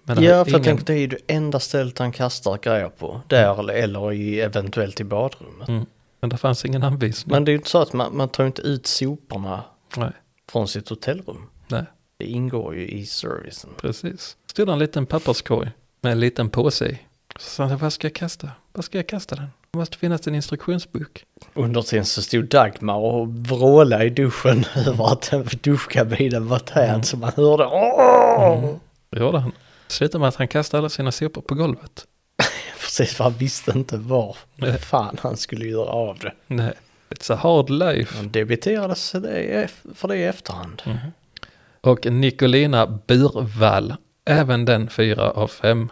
Men det är Ja, för ingen- jag tänker det är ju det enda stället han kastar grejer på. Där eller- eller i, eventuellt i badrummet. mm, men det fanns ingen anvisning. Men det är ju inte så att man, man tar ju inte ut soporna Nej, från sitt hotellrum. nej, Det ingår ju i servicen. precis. Stod det en liten papperskorg med en liten påse i. Så sa han, vad ska jag kasta? Vad ska jag kasta den? Det måste finnas en instruktionsbok. Under tiden så stod Dagmar och vrålade i duschen över att den duschkabinen var tät så man hörde åh! Det gjorde han. Slutade med att han kastade alla sina sopor på golvet. Precis, för han visste inte var Nej. fan han skulle göra av det. Nej, it's a hard life. Han debiterades för det i eff- för det i efterhand. Och Nicolina Burvall, även den fyra av fem.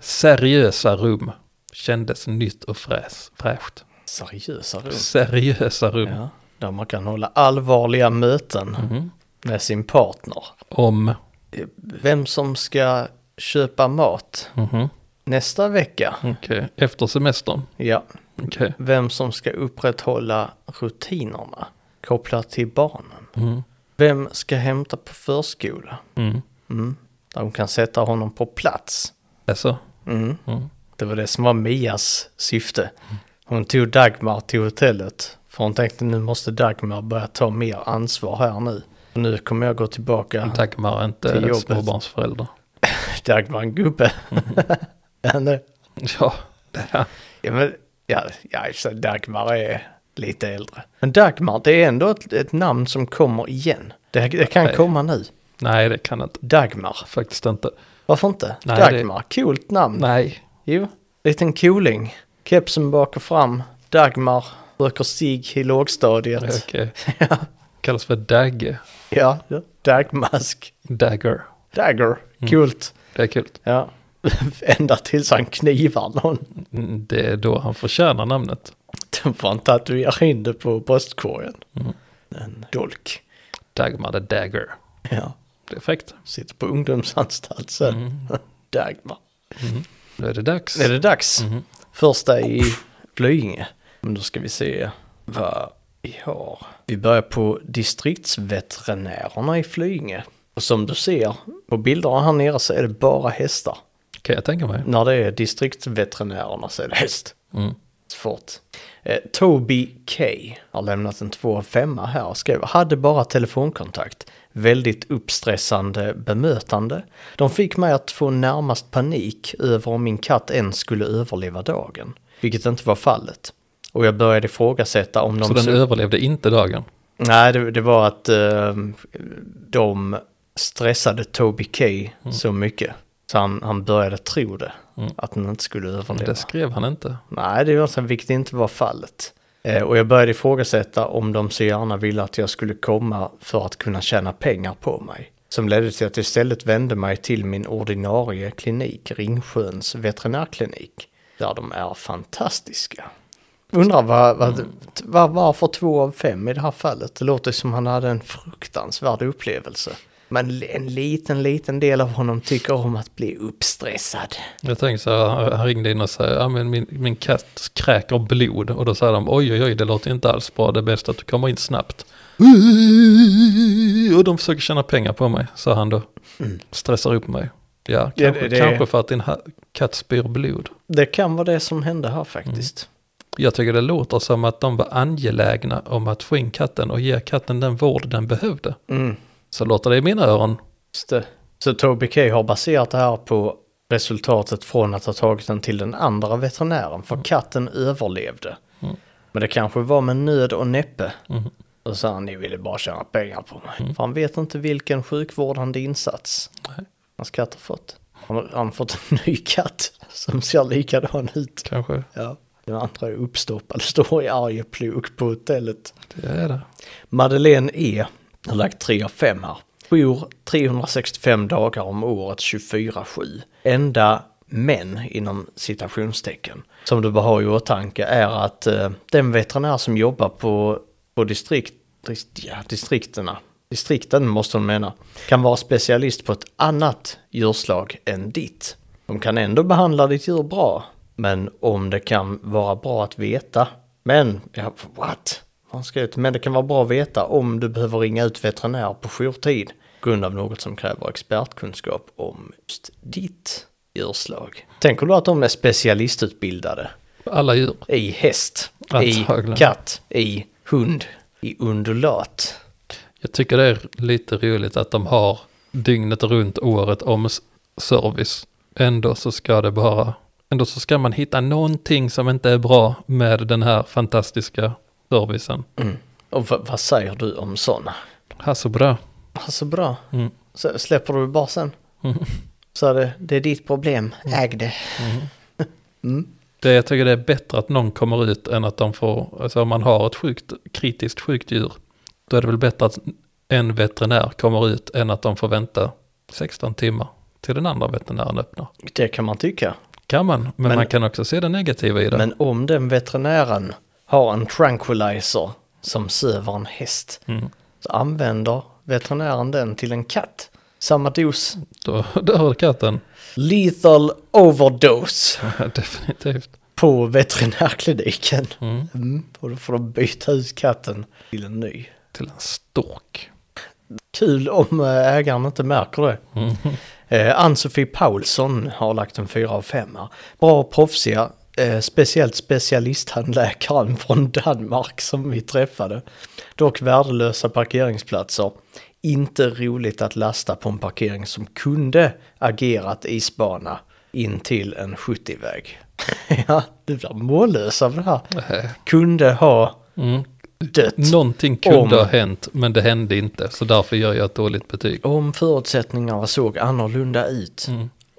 Seriösa rum, kändes nytt och fräs, fräscht. Seriösa rum. Seriösa rum, Ja, där man kan hålla allvarliga möten Mm. med sin partner. Mhm. om Vem som ska köpa mat Mhm. nästa vecka. Okej. efter semestern. Ja, Okej. vem som ska upprätthålla rutinerna kopplat till barnen. Mm. Vem ska hämta på förskola? Mm. Mm. Där hon kan sätta honom på plats. Alltså, Mm. Mm. Det var det som var Mias syfte. Hon tog Dagmar till hotellet. För hon tänkte nu måste Dagmar börja ta mer ansvar här nu. Nu kommer jag gå tillbaka. Dagmar är Till inte jobbet. småbarnsförälder. Dagmar en gubbe. Mm-hmm. ja, nej. Ja, det är ja, men ja, ja, så Dagmar är lite äldre. Men Dagmar, det är ändå ett, ett namn som kommer igen. Det, det kan Okej. komma nu. Nej, det kan inte. Dagmar. Faktiskt inte. Varför inte? Nej, Dagmar, coolt namn. Nej. Jo, liten cooling. Kepsen bak och fram. Dagmar. Röker cigg i lågstadiet. Okej. Kallas för Dagge. Ja, Dagmask. Dagger. Dagger. Coolt. Det är kul. Ja. Ända tills han knivar någon. Mm, Det är då han förtjänar namnet. Den får han tatuera in det på bröstkorgen. En dolk. Dagmar the Dagger. Ja. Det är fräckt. Sitter på ungdomsanstalt sen. Dagmar. Nu är det dags. Nu är det dags. Första i Flyinge. Men då ska vi se vad vi har. Vi börjar på distriktsveterinärerna i Flyinge. Och som du ser på bilderna här nere så är det bara hästar. Kan jag tänka mig. När det är distriktsveterinärerna så är det häst. Mm. Svårt. Eh, Toby K har lämnat en 2 av 5 här och skrev hade bara telefonkontakt. Väldigt uppstressande bemötande. De fick mig att få närmast panik över om min katt ens skulle överleva dagen. Vilket inte var fallet. Och jag började ifrågasätta om de... Så den så- överlevde inte dagen. Nej, det, det var att eh, de stressade Toby K så mycket. Så han, han började tro det. Att han inte skulle Men överleva. det skrev han inte. Nej, det var så vilket inte var fallet. Eh, och jag började ifrågasätta om de så gärna ville att jag skulle komma för att kunna tjäna pengar på mig. Som ledde till att jag istället vände mig till min ordinarie klinik, Ringsjöns veterinärklinik. Där de är fantastiska. Undrar vad, vad, vad, varför två av fem i det här fallet? Det låter som han hade en fruktansvärd upplevelse. Men en liten, liten del av honom tycker om att bli uppstressad. Jag tänkte så här, han ringde in och sa, ja men min, min katt kräker blod. Och då sa de, oj oj oj, det låter inte alls bra, det är bäst att du kommer in snabbt. Mm. Och de försöker tjäna pengar på mig, sa han då. Stressar upp mig. Ja, Ja, kanske, det- det- kanske för att din ha- katt spyr blod. Det kan vara det som hände här faktiskt. Jag tycker det låter som att de var angelägna om att få in katten och ge katten den vård den behövde. Mm. Så låter det i mina öron. Just det. Så Toby K har baserat det här på resultatet från att ha tagit den till den andra veterinären, för katten överlevde. Men det kanske var med nöd och näppe. Och så han, ni ville bara tjäna pengar på mig. För han vet inte vilken sjukvårdande insats Nej. hans katt har fått. Han har, han har fått en ny katt som ser likadan ut. Kanske Ja. Den andra är uppstoppad, står i Arjeplog på hotellet. det är det. Madeleine E. har lagt 3 av 5 här. Jour 365 dagar om året 24-7. Enda men inom citationstecken som du bör ha i åtanke är att eh, den veterinär som jobbar på, på distrikt, dist, ja, distrikterna, distrikten måste hon mena, kan vara specialist på ett annat djurslag än ditt. De kan ändå behandla ditt djur bra, men om det kan vara bra att veta. Men, ja, what? Han skrev ut, men det kan vara bra att veta om du behöver ringa ut veterinär på jourtid på grund av något som kräver expertkunskap om just ditt djurslag. Tänker du att de är specialistutbildade Alla djur. i häst, Antagligen. i katt, i hund, i undulat? Jag tycker det är lite roligt att de har dygnet runt året om s- service. Ändå så ska det bara, ändå så ska man hitta någonting som inte är bra med den här fantastiska servicen. Mm. Och v- vad säger du om sådana? Hasselbröd. Alltså bra. Så släpper du bara sen? Så är det, det är ditt problem, äg det. Det jag tycker det är bättre att någon kommer ut än att de får, alltså om man har ett sjukt, kritiskt sjukt djur, då är det väl bättre att en veterinär kommer ut än att de får vänta 16 timmar till den andra veterinären öppnar. Det kan man tycka. Kan man, men, Men- man kan också se det negativa i det. Men om den veterinären har en tranquilizer som söver en häst så använder veterinären den till en katt. Samma dos. Då, då hör katten. Lethal overdose Definitivt. på veterinärkliniken. Mm. Och då får de byta ut katten till en ny. Till en stork. Kul om eh, ägaren inte märker det. Eh, Ann-Sofie Paulsson har lagt en fyra av 5 här. Bra och proffsiga eh, speciellt specialisttandläkaren från Danmark som vi träffade. Dock värdelösa parkeringsplatser. Inte roligt att lasta på en parkering som kunde agerat isbana in till en 70-väg. ja, du blir mållös av det här. Nej. Kunde ha Mm. dött. Någonting kunde Om- ha hänt, men det hände inte. Så därför gör jag ett dåligt betyg. Om förutsättningarna såg annorlunda ut.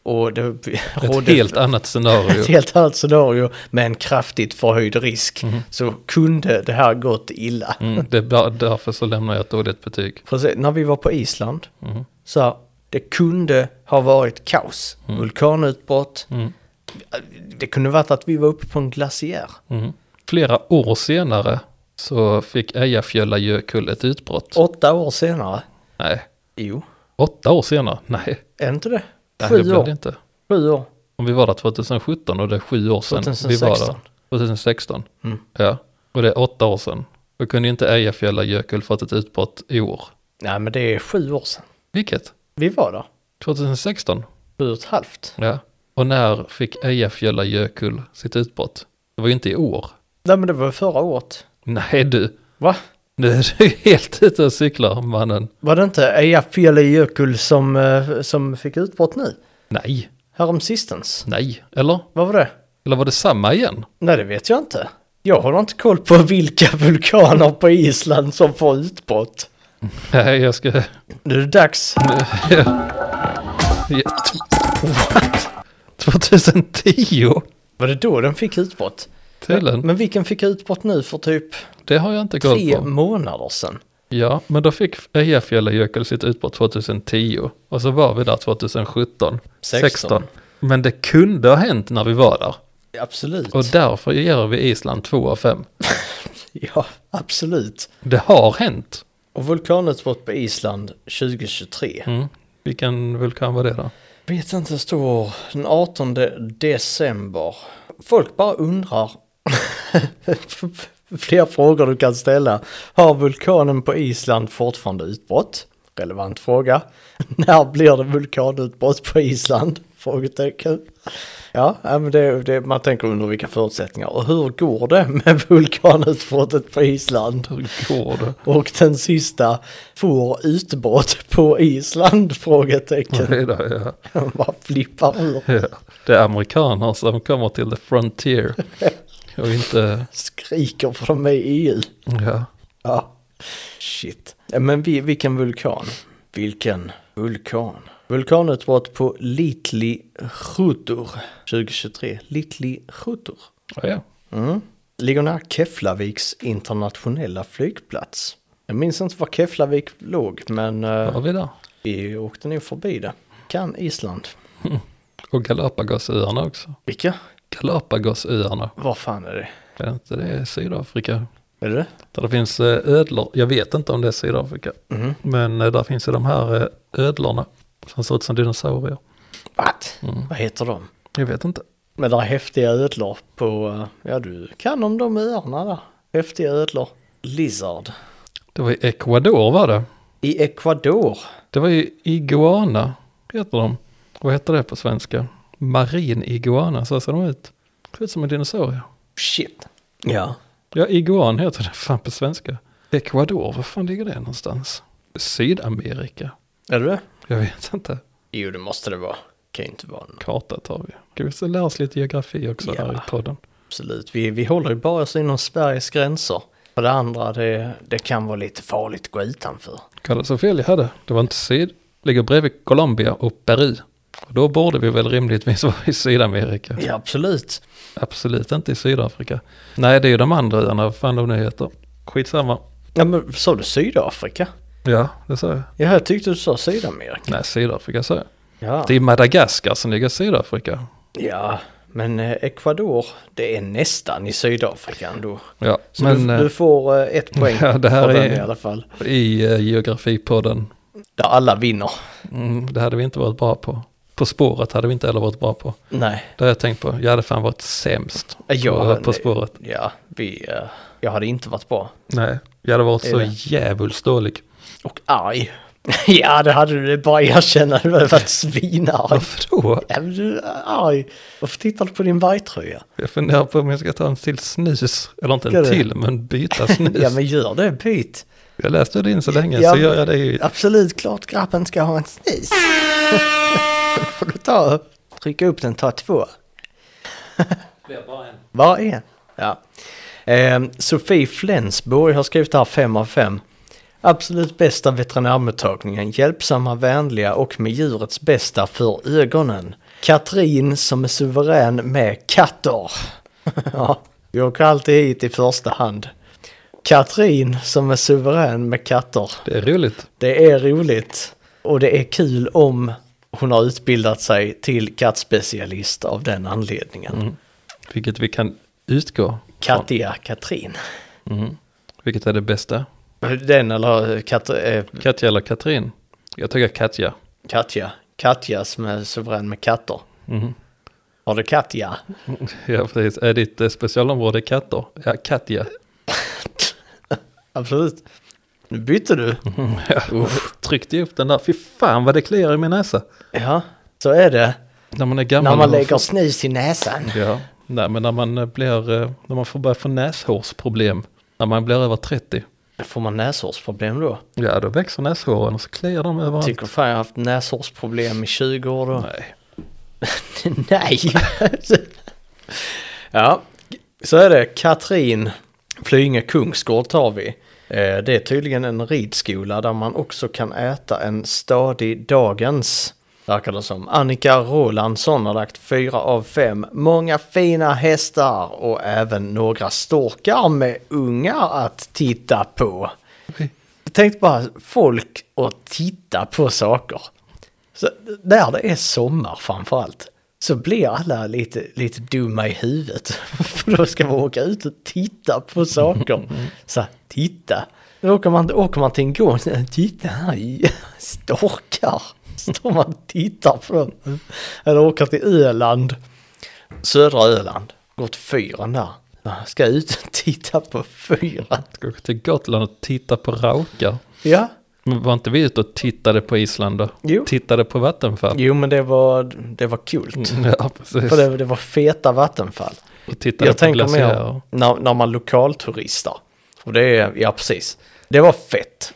Och det Mm. Ett rådde helt annat scenario. ett helt annat scenario med en kraftigt förhöjd risk så kunde det här gått illa. Mm, det är bara därför så lämnar jag ett dåligt betyg. Precis, när vi var på Island Mm. så här, det kunde ha varit kaos. Mm. Vulkanutbrott. Det kunde varit att vi var uppe på en glaciär. Mm. Flera år senare så fick Ejafjölla Jökull ett utbrott. Åtta år senare. Nej, Jo, åtta år senare? Nej, är inte det? Nej, det Sju blev det år. inte. Sju år. Om vi var där 2017 och det är sju år sedan vi var där. 2016. 2016. Mm. Ja, och det är åtta år sedan. Då kunde ju inte Ejafjölla Jökull fått ett utbrott i år. Nej, men det är sju år sedan. Vilket? Vi var där. 2016? Sju och ett halvt. Ja. Och när fick Ejafjölla Jökull sitt utbrott? Det var ju inte i år. Nej, men det var förra året. Nej du, Va? nu är du helt ute och cyklar mannen. Var det inte Eyjafjallajökull som, eh, som fick utbrott nu? Nej, Häromsistens? nej, eller? Vad var det? Eller var det samma igen? Nej, det vet jag inte. Jag håller inte koll på vilka vulkaner på Island som får utbrott. Nej, jag ska... Nu är det dags. Ja, t- What? 2010? Var det då den fick utbrott? Tydligen. Men vilken fick utbrott nu för typ Det har jag inte koll tre på. månader sedan? Ja, men då fick Eyjafjallajökull sitt utbrott 2010 och så var vi där 2017, 16. 16. Men det kunde ha hänt när vi var där Absolut. och därför ger vi Island 2 av 5. Ja, absolut. Det har hänt. Och vulkanutbrott på Island 2023. Mm. Vilken vulkan var det då? Vet inte, det står den 18 december. Folk bara undrar. Fler frågor du kan ställa. Har vulkanen på Island fortfarande utbrott? Relevant fråga. När blir det vulkanutbrott på Island? Frågetecken. Ja, ja, men det, det, man tänker under vilka förutsättningar. Och hur går det med vulkanutbrottet på Island? Hur går det? Och den sista, får utbrott på Island? Frågetecken. Det är det, ja. Han bara flippar ur. Ja. Det är amerikaner som kommer till the frontier och inte... Skriker för de är i EU. Ja. Ja. Shit. Ja, Men vi, vilken vulkan? Vilken vulkan? Vulkanutbrott på Litli Rutur 2023. Litli Rutur. Ja, ja. Mm. Ligger nära Keflaviks internationella flygplats. Jag minns inte var Keflavik låg, men eh, Var vi där? vi åkte nog förbi det. Kan Island. Och Galapagosöarna också. Vilka? Galapagosöarna. Vad fan är det? Är det inte det Sydafrika? Är det det? Där det finns eh, ödlor. Jag vet inte om det är Sydafrika. Mm. Men eh, där finns ju de här eh, ödlorna som ser ut som dinosaurier. What? Vad heter de? Jag vet inte. Men där är häftiga ödlor på, eh, ja du kan om de öarna där. Häftiga ödlor. Lizard. Det var i Ecuador var det. I Ecuador. Det var ju iguana, heter de. Vad heter det på svenska? Marin iguana, så ser de ut. Ser ut som en dinosaurie. Shit. Ja. Ja, iguan heter det fan på svenska. Ecuador, var fan ligger det någonstans? Sydamerika? Är det det? Jag vet inte. Jo, det måste det vara. Kan ju inte vara något. Karta tar vi. Ska vi så lära oss lite geografi också Ja. här i podden? Absolut. Vi, vi håller ju bara oss inom Sveriges gränser. För det andra, det, det kan vara lite farligt att gå utanför. Kolla så fel jag hade. Det var inte syd. Ligger bredvid Colombia och Peru. Och då borde vi väl rimligtvis vara i Sydamerika. Ja, absolut. Absolut inte i Sydafrika. Nej, det är ju de andra öarna, vad fan de nu heter. Skitsamma. Ja, men sa du Sydafrika? Ja, det sa jag. Ja, jag tyckte du sa Sydamerika. Nej, Sydafrika sa jag. Ja. Det är Madagaskar som ligger i Sydafrika. Ja, men eh, Ecuador, det är nästan i Sydafrika ändå. Ja, Så men du, du får eh, ett poäng Ja, det här för den är- i alla fall. eh, i eh, geografipodden, Där alla vinner. mm, det hade vi inte varit bra på. På spåret hade vi inte heller varit bra på. Nej. Det har jag tänkt på. Jag hade fan varit sämst på, Ja, på nej. spåret. Ja, vi... eh, Jag hade inte varit bra. Nej, jag hade varit Det är så det. djävulskt dålig. Och arg. ja, det hade du bara erkänna. Du hade varit svinarg. Varför då? Ja, men du är arg. Varför tittar du på din vargtröja? Jag funderar på om jag ska ta en till snus. Eller inte Ska en du? till, men byta snus. Ja, men gör det. Byt. Jag läste det in så länge, Ja, så gör jag det ju. Absolut klart grabben ska ha en snis. Då får du ta trycka upp den, ta två. Bara en. Ja. Eh, Sofie Flensborg har skrivit här 5 av 5. Absolut bästa veterinärmottagningen, hjälpsamma, vänliga och med djurets bästa för ögonen. Katrin som är suverän med katter. ja, vi åker alltid hit i första hand. Katrin som är suverän med katter. Det är roligt. Det är roligt och det är kul om hon har utbildat sig till kattspecialist av den anledningen. Vilket vi kan utgå från. Kattia Katrin. Vilket är det bästa? Den eller Kat, eh, Katja eller Katrin? Jag tycker Katja. Katja. Katja som är suverän med katter. Mhm. Har du Katja? Ja, precis. Är ditt eh, specialområde katter? Ja, Katja. Absolut. Nu bytte du. Uff, Tryckte ju upp den där. Fy fan vad det kliar i min näsa. Ja, så är det. När man är gammal. När man och lägger snus i näsan. Ja, nej men när man eh, blir, eh, när man får börja få näshårsproblem. När man blir över 30. Får man näshårsproblem då? Ja, då växer näshåren och så kliar de överallt. Tycker fan jag har haft näshårsproblem i 20 år då. Nej. Nej. ja, så är det. Katrin Flyinge Kungsgård tar vi. Eh, Det är tydligen en ridskola där man också kan äta en stadig dagens. Verkar det som. Annika Rolandsson har lagt fyra av fem. Många fina hästar och även några storkar med ungar att titta på. Jag tänkte bara folk att titta på saker. Så där det är sommar framförallt så blir alla lite, lite dumma i huvudet. För då ska man åka ut och titta på saker. Så här, titta. Då åker man, åker man till en gård. så här, Titta här, i- storkar. Står man och tittar på dem. Eller åker till Öland. Södra Öland. Går till fyren där. Ska ut och titta på fyren. Ska åka till Gotland och titta på raukar. Ja. Men var inte vi ute och tittade på Island då? Jo. Tittade på vattenfall? Mm, Jo men det var, det var kul. Ja, precis. För det, det var feta vattenfall. Och tittade Jag på tänker glaciärer. mer när, när man lokalturistar. Och det är, ja precis. Det var fett.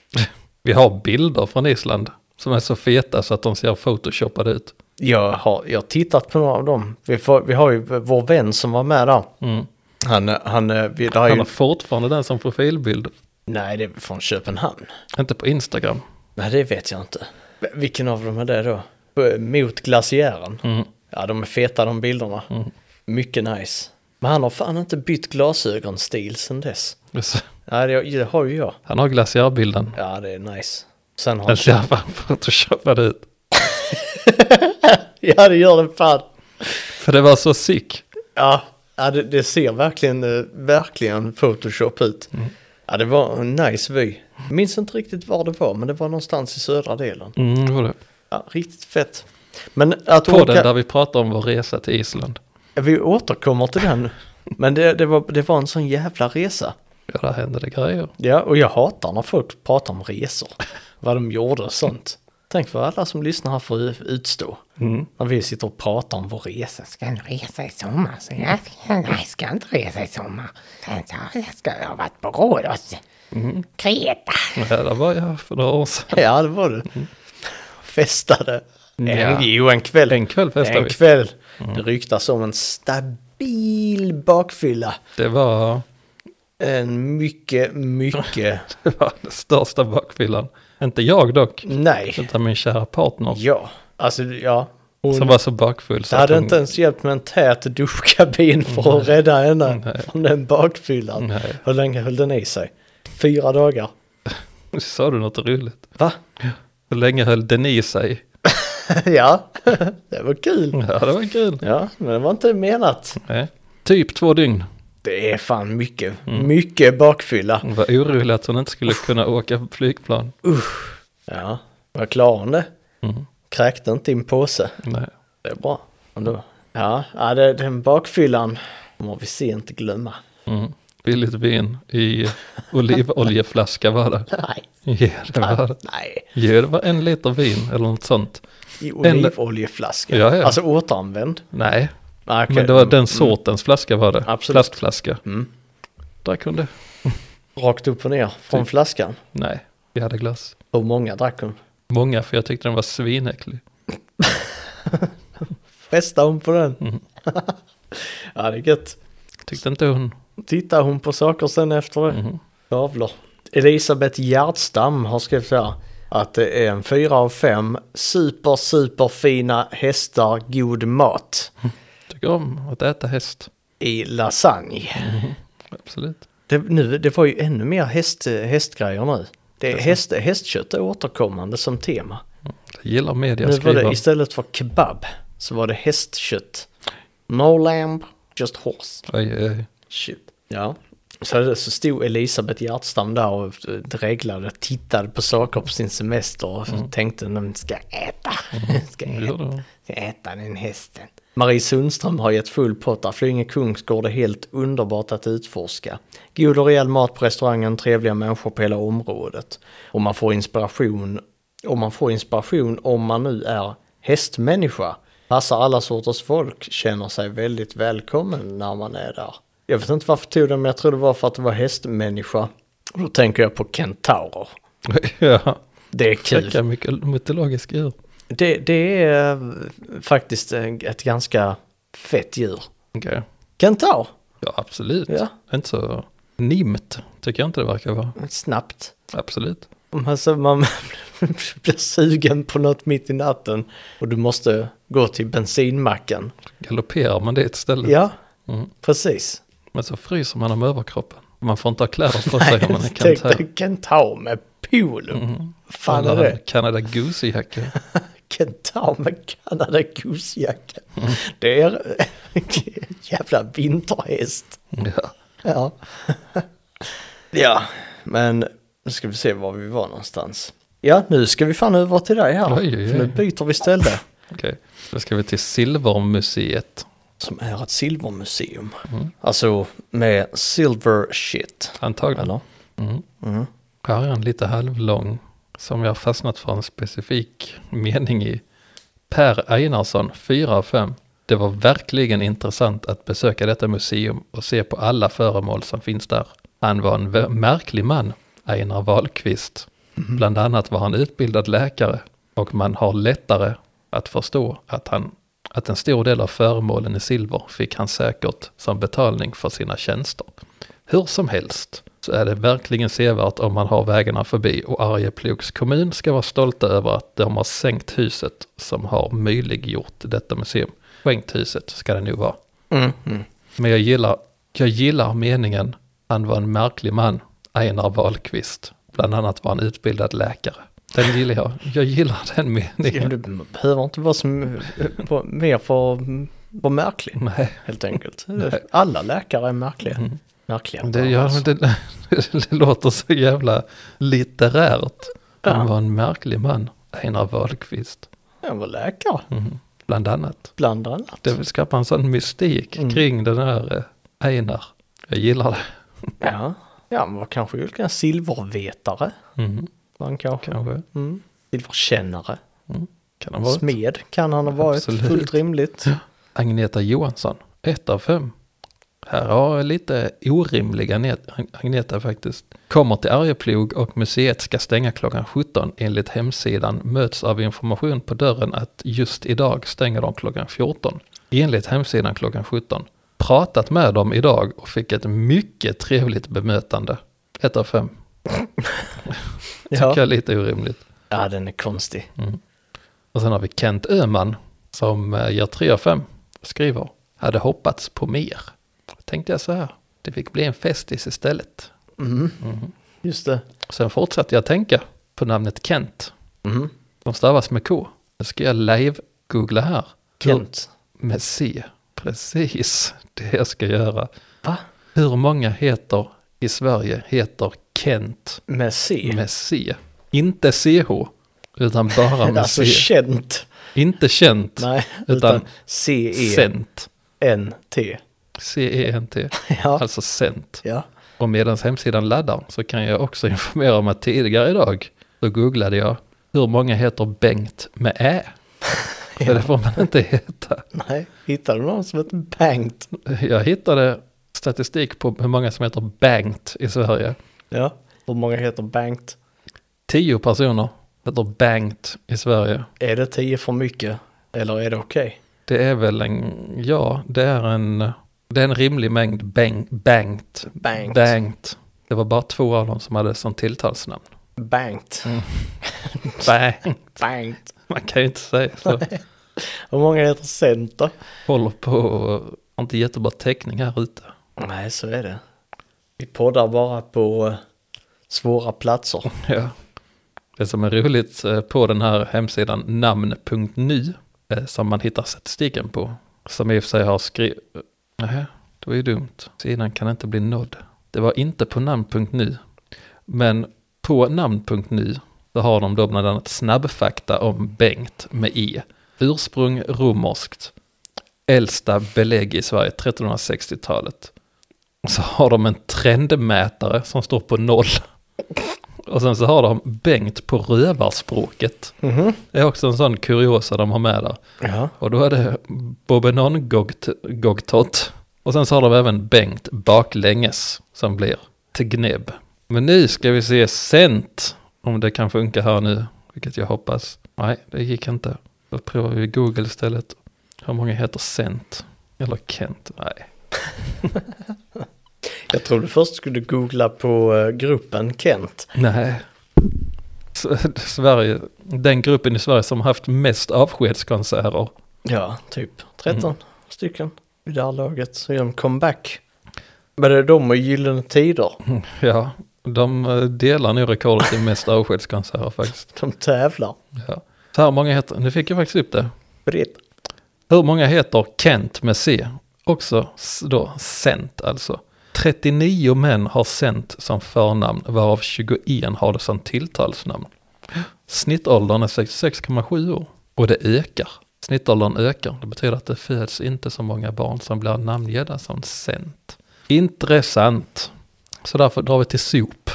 Vi har bilder från Island som är så feta så att de ser photoshoppade ut. Jag har, jag har tittat på några av dem. Vi, får, vi har ju vår vän som var med där. Mm. Han, eh, han, eh, vi, där är Han ju, har fortfarande den som profilbild. nej det är från Köpenhamn. Inte på Instagram. Nej det vet jag inte. V- Vilken av dem är det då? Eh, Mot glaciären. Mm. Ja de är feta de bilderna. Mycket nice. Men han har fan inte bytt glasögonstil sen dess. Nej det, det har ju jag. Han har glaciärbilden. Ja det är nice. Sen har Den ser fan photoshoppad ut. Ja, det gör det fan. För det var så sick. Ja, ja det, det ser verkligen, eh, verkligen Photoshop ut. Ja, det var en nice vy. Minns inte riktigt var det var, men det var någonstans i södra delen. Mm, det var det. Ja, riktigt fett. Men att Podden åka, där vi pratar om vår resa till Island. vi återkommer till den. Men det, det, var, det var en sån jävla resa. Ja, där hände det grejer. Ja, och jag hatar när folk pratar om resor. Vad de gjorde och sånt. Tänk vad alla som lyssnar här får utstå. När vi sitter och pratar om vår resa. ska inte resa i sommar. Så jag ska, nej, jag ska inte resa i sommar. Sen så har jag, ska, jag har varit på Rhodos. Kreta. Ja, där var jag för några år sedan. Ja, det var det. Festade. Ja. En, jo, en kväll. En kväll festade En vi. Mm. kväll. Det ryktas om en stabil bakfylla. Det var, En mycket, mycket... det var den största bakfyllan. Inte jag dock, Nej. utan min kära partner. Ja. Alltså, ja. Hon Som var så bakfull så det hade hon... inte ens hjälpt med en tät duschkabin för att rädda henne från den bakfyllan. Nej. Hur länge höll den i sig? Fyra dagar. Sa du något roligt? Va? Hur länge höll den i sig? ja, det var kul. Ja, det var kul. Ja, men det var inte menat. Nej. Typ två dygn. Det är fan mycket, Mm. mycket bakfylla. Hon var orolig att hon inte skulle kunna åka flygplan. Ja, var klar hon det. Mm. Kräkte inte i en påse. Nej. Det är bra. Ändå. Ja, ja det, den bakfyllan kommer vi se inte glömma. Mm. Billigt vin i olivoljeflaska var det. Nej, Ja, det var det. nej. Ja, det var en liter vin eller något sånt. I olivoljeflaska. Ja, ja. Alltså återanvänd. Nej, Ah, okej. men det var den sortens flaska var det. Absolut. Plastflaska. Mm. Drack hon det? Rakt upp och ner från Typ. flaskan. Nej, vi hade glass. Hur många drack hon? Många, för jag tyckte den var svinäcklig. Festade hon på den? Mm. ja, det är gött. Tyckte inte hon. Tittar hon på saker sen efter det? Mhm. Jävlar. Elisabeth Gärdstam har skrivit så här. Att det är en fyra av fem super, super fina hästar, god mat Tycker om att äta häst. i lasagne. Absolut. Det, nu, det var ju ännu mer häst, hästgrejer nu. Det är Jaså? häst, hästkött är återkommande som tema. Jag gillar media nu var det skriver. istället för kebab så var det hästkött. No lamb, just horse. Oj, oj, oj. Shit. Ja. Så, så stod Elisabeth Gärdstam där och eh, dreglade, tittade på saker på sin semester och tänkte när ska äta. ska Det äta. gjorde hon. Ska äta den hästen. Marie Sundström har gett full pott där Flyinge Kungsgård är helt underbart att utforska. God och rejäl mat på restaurangen, trevliga människor på hela området. Och man får inspiration, och man får inspiration om man nu är hästmänniska. Passar alla sorters folk, känner sig väldigt välkommen när man är där. Jag vet inte varför jag tog det, men jag tror det var för att det var hästmänniska. Och då tänker jag på kentaurer. Ja, Det är kul. fräcka mycket mytologiska djur. Det, det är eh, faktiskt eh, ett ganska fett djur. Okej. Kentaur! Ja, absolut. Ja. Inte så nimt, tycker jag inte det verkar vara. snabbt. Absolut. Alltså man blir sugen på något mitt i natten och du måste gå till bensinmacken. Galopperar man det istället. Ja, Mm. precis. Men så fryser man om överkroppen. Man får inte ha kläder på sig om man Mm. är Tänk kantär. dig kentaur med polo. Fan är Eller en det? Canada Goose-jacka. Kentaur med Canada Goose-jacka. Mm. Det är jävla vinterhäst. ja. Ja. ja, men nu ska vi se var vi var någonstans. Ja, nu ska vi fan över till dig här. Oj, oj, oj. För nu byter vi ställe. Okej, då ska vi till Silvermuseet. som är ett silvermuseum. Alltså med silver shit. Antagligen. Eller? Här är han Mm. lite halvlång. Som jag har fastnat för en specifik mening i. Per Einarsson, 4 av 5. Det var verkligen intressant att besöka detta museum och se på alla föremål som finns där. Han var en vä- märklig man, Einar Wahlqvist. Bland annat var han utbildad läkare och man har lättare att förstå att, han, att en stor del av föremålen i silver fick han säkert som betalning för sina tjänster. Hur som helst så är det verkligen sevärt om man har vägarna förbi och Arjeplogs kommun ska vara stolta över att de har sänkt huset som har möjliggjort detta museum. Skänkt huset ska det nog vara. Mm, Men jag gillar, jag gillar meningen han var en märklig man, Einar Wahlqvist. Bland annat var han utbildad läkare. Den gillar jag. Jag gillar den Ja, meningen. Du behöver inte vara som, på, mer för vara märklig Nej, helt enkelt. Alla läkare är märkliga. Märkliga. Mm. det, ja, men det, det låter så jävla litterärt. Han var en märklig man, Einar Wahlqvist. Jag var läkare Mm-hmm. Bland annat. bland annat. Det skapar en sån mystik kring den här eh, Einar. Jag gillar det. Ja. ja, man var kanske olika silvervetare. Mm, Man kanske. kanske. Mm. Silverkännare. Kan han vara ett? Smed kan han ha varit. Absolut. Fullt rimligt. Agneta Johansson, 1 av 5. Här har jag lite orimliga net- Ag- Agneta faktiskt. Kommer till Arjeplog och museet ska stänga klockan 17 enligt hemsidan möts av information på dörren att just idag stänger de klockan 14. Enligt hemsidan klockan 17. Pratat med dem idag och fick ett mycket trevligt bemötande. 1 av 5. Tycker Ja. jag är lite orimligt. ja, den är konstig. Och sen har vi Kent Öhman som eh, gör 3 av 5 och skriver hade hoppats på mer. Då tänkte jag så här, det fick bli en festis istället. Just det. Sen fortsatte jag tänka på namnet Kent. De stavas med K. Nu ska jag live-googla här. Kent. Hur, med C. Precis det jag ska göra. Va? Hur många heter i Sverige heter Kent Med C. med C? Inte CH, utan bara med alltså C. känt. Inte känt, Nej, E utan utan C-E-N-T. sent. C-E-N-T, Ja. E alltså cent. ja. Och medan hemsidan laddar så kan jag också informera om att tidigare idag så googlade jag hur många heter Bengt med Ä. För det får man inte heta. Nej, hittade du någon som heter Bengt? Jag hittade statistik på hur många som heter Bengt i Sverige. Ja. Hur många heter Bengt? Tio personer heter Bengt i Sverige. Är det tio för mycket? Eller är det okej? Det är väl en, ja, det är en, det är en rimlig mängd bäng, Bengt. Bengt. Bengt. Det var bara två av dem som hade som tilltalsnamn. Bengt. Mm. Bengt. Bengt. Man kan ju inte säga så. Hur många heter Center? håller på och har inte jättebra täckning här ute. Nej, så är det. Vi poddar bara på eh, svåra platser. Ja. Det som är roligt eh, på den här hemsidan namn.nu eh, som man hittar statistiken på. Som i och för sig har skrivit... Nej, det var ju dumt. Sidan kan inte bli nådd. Det var inte på namn.nu. Men på namn.nu så har de då bland annat snabbfakta om Bengt med E. Ursprung romerskt. Äldsta belägg i Sverige 1360-talet. Och så har de en trendmätare som står på noll. Och sen så har de Bengt på rövarspråket. Det är också en sån kuriosa de har med där. Ja. Och då är det Bobenon-Gogtot. Och sen så har de även Bengt baklänges som blir Tegneb. Men nu ska vi se Cent, om det kan funka här nu, vilket jag hoppas. Nej, det gick inte. Då provar vi Google istället. Hur många heter Cent? Eller Kent? Nej. Jag trodde först skulle googla på eh, gruppen Kent. Nej. S- Sverige, den gruppen i Sverige som haft mest avskedskonserter. Ja, typ 13 stycken vid det här laget. Så gör de comeback. Men det är de och Gyllene Tider. Ja, de eh, delar nu rekordet i mest avskedskonserter faktiskt. De tävlar. Ja. Så här många heter, nu fick jag faktiskt upp det. Britt. Hur många heter Kent med C? Också s- då Cent alltså. 39 män har Cent som förnamn, varav 21 har det som tilltalsnamn. Snittåldern är 66,7 år och det ökar. Snittåldern ökar, det betyder att det föds inte så många barn som blir namngivna som Cent. Intressant. Så därför drar vi till sop.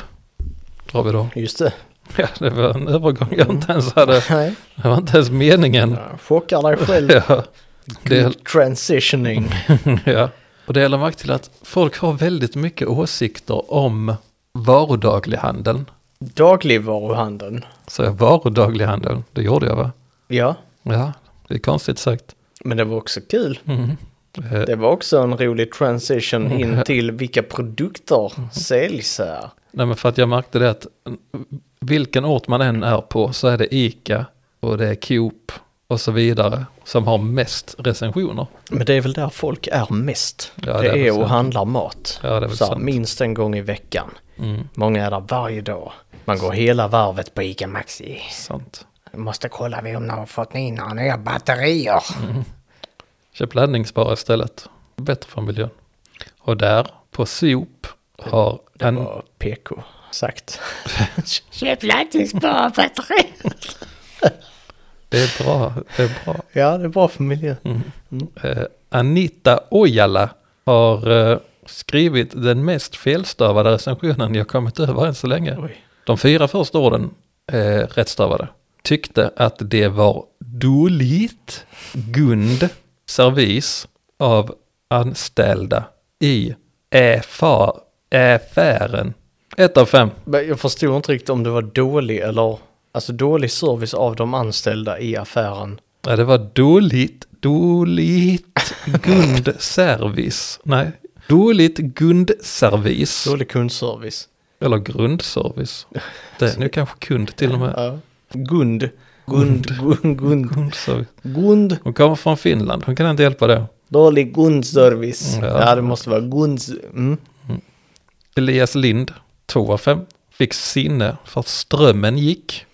Drar vi då. Just det. Ja, det var en övergång jag inte ens hade. Nej. Det var inte ens meningen. Ja, Chockar dig själv. Ja. Del, Good transitioning. ja. Och det gäller makt till att folk har väldigt mycket åsikter om varudaglighandeln. Dagligvaruhandeln. Så jag varudaglighandeln, det gjorde jag va? Ja, Ja, det är konstigt sagt. men det var också kul. Eh, Det var också en rolig transition in till vilka produkter säljs här. Nej men för att jag märkte det att vilken ort man än är på så är det Ica och det är Coop och så vidare som har mest recensioner. Men det är väl där folk är mest. Ja, det, det är väl är att sant. handla mat. Ja, det är väl så här, sant. Mm. minst en gång i veckan. Många är där varje dag. Man går hela varvet på ICA Maxi. Sant. Måste kolla vi om de har fått in några nya batterier. Köp laddningsbara istället. Bättre för miljön. Och där på Sop har en... Vad PK sagt. Köp laddningsbara batterier. Det är bra, det är bra. ja, det är bra för miljön. Eh, Anita Ojala har eh, skrivit den mest felstavade recensionen jag kommit över än så länge. Oj. De fyra första orden eh, rättstavade. Tyckte att det var dåligt gund servis av anställda i äfa- affären. Ett av fem. Men jag förstod inte riktigt om det var dålig eller... Alltså dålig service av de anställda i affären. Ja, det var dåligt, dåligt grundservice. Nej, dåligt grundservice. Dålig kundservice. Eller grundservice. Det är nu kanske kund till och med. Ja. Gund. Gund, gund, gund. Grundservice. Gund. Hon kommer från Finland, hon kan inte hjälpa det. Dålig grundservice. Mm, Ja. Ja. det måste vara gunds... Mm. Elias Lind, 2 av 5. Fick sinne för att strömmen gick.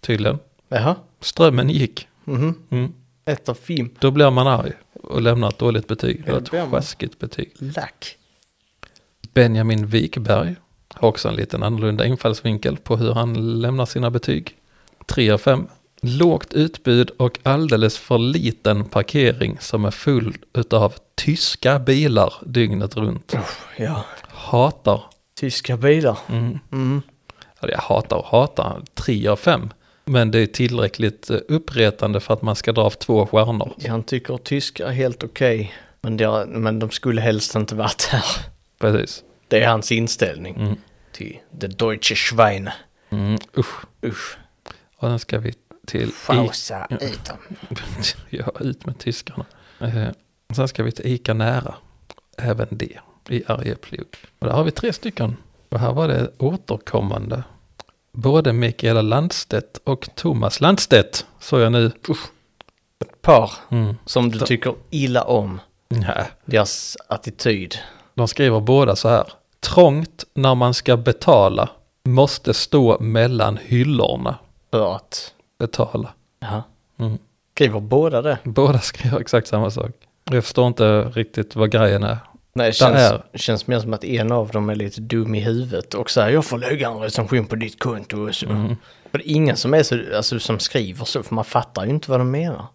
Tydligen. Jaha. Strömmen gick. Mhm. Mm. Ett av fem. Då blir man arg och lämnar ett dåligt betyg. Eller ett blir man. sjaskigt betyg. Lack. Benjamin Wikberg har också en liten annorlunda infallsvinkel på hur han lämnar sina betyg. 3 av 5 Lågt utbud och alldeles för liten parkering som är full utav tyska bilar dygnet runt. Ja. Hatar. Tyska bilar. Mm. Eller jag hatar och hatar. Tre av fem. Men det är tillräckligt eh, uppretande för att man ska dra av två stjärnor. Han tycker att tyskar är helt okej. Men, det är- men de skulle helst inte varit här. Precis. Det är hans inställning. Till det deutsche Schwein. Mm, usch. Usch. Och sen ska vi till... I- Pausa ut dem. ja, ut med tyskarna. Eh, och sen ska vi till Ica Nära. Även det. I Arjeplog. Och där har vi tre stycken. Och här var det återkommande. Både Mikaela Landstedt och Thomas Landstedt. Så jag nu. Usch. Ett par Mm. som du Ta- tycker illa om. Nej. Deras attityd. De skriver båda så här. Trångt när man ska betala. Måste stå mellan hyllorna. För att... Betala. Ja. Mm. Skriver båda det? Båda skriver exakt samma sak. Jag förstår inte riktigt vad grejen är. Nej, det Där känns, känns mer som att en av dem är lite dum i huvudet och säger jag får lägga en recension på ditt konto och så. För det är ingen som, är så, alltså, som skriver så, för man fattar ju inte vad de menar.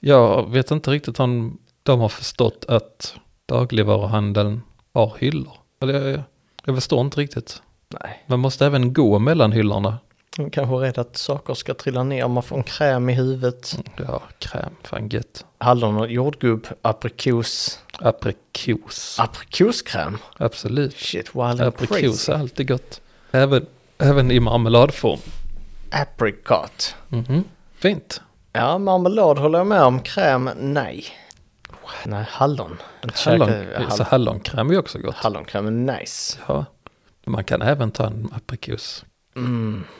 Jag vet inte riktigt om de har förstått att dagligvaruhandeln har hyllor. Eller jag, jag förstår inte riktigt. Nej, Man måste även gå mellan hyllorna. de kanske är rädda att saker ska trilla ner, man får en kräm i huvudet. Ja, kräm, fan gött. Hallon och jordgubb, aprikos, Ah. Aprikos. aprikoskräm. Absolut. Shit, wild and Aprikos crazy. är alltid gott. Även, även i marmeladform. Apricot. Mhm. Fint. Ja, marmelad håller jag med om, kräm, nej. Nej, hallon. Hallon, eh, så hallon. hallonkräm är också gott. Hallonkräm är nice. Ja. Man kan även ta en aprikos.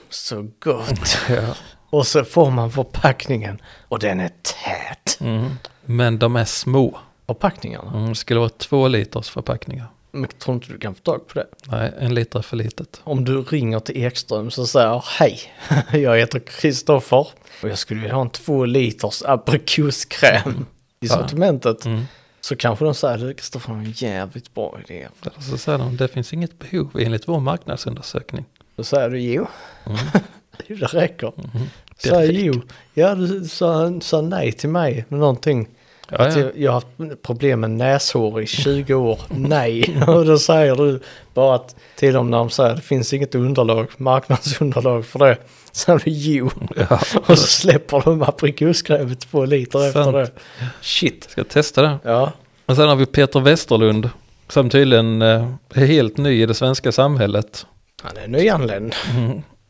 Så gott. Ja. Och så får man förpackningen och den är tät. Mhm. Men de är små. Förpackningarna? Mm, Det skulle vara två liters förpackningar. Men jag tror inte du kan få tag på det. Nej, en liter är för litet. Om du ringer till Ekström så säger jag, hej, jag heter Kristoffer och jag skulle vilja ha en två liters aprikoskräm i sortimentet. Så kanske de säger, du Kristoffer har en jävligt bra idé. Eller så säger de, det finns inget behov enligt vår marknadsundersökning. Då säger du jo. det räcker. Det Säger räcker. jo. Ja, du sa, sa nej till mig med någonting. Ja, Att ja. jag, jag har haft problem med näshår i 20 år. Nej, och då säger du bara att till dem när de säger det finns inget underlag, marknadsunderlag för det. Sen du jo. ja. Och så släpper de aprikoskrävet två liter efter Sant. det. Shit. Ska testa det. Ja, Och sen har vi Peter Westerlund. Som tydligen eh, är helt ny i det svenska samhället. han är nyanländ.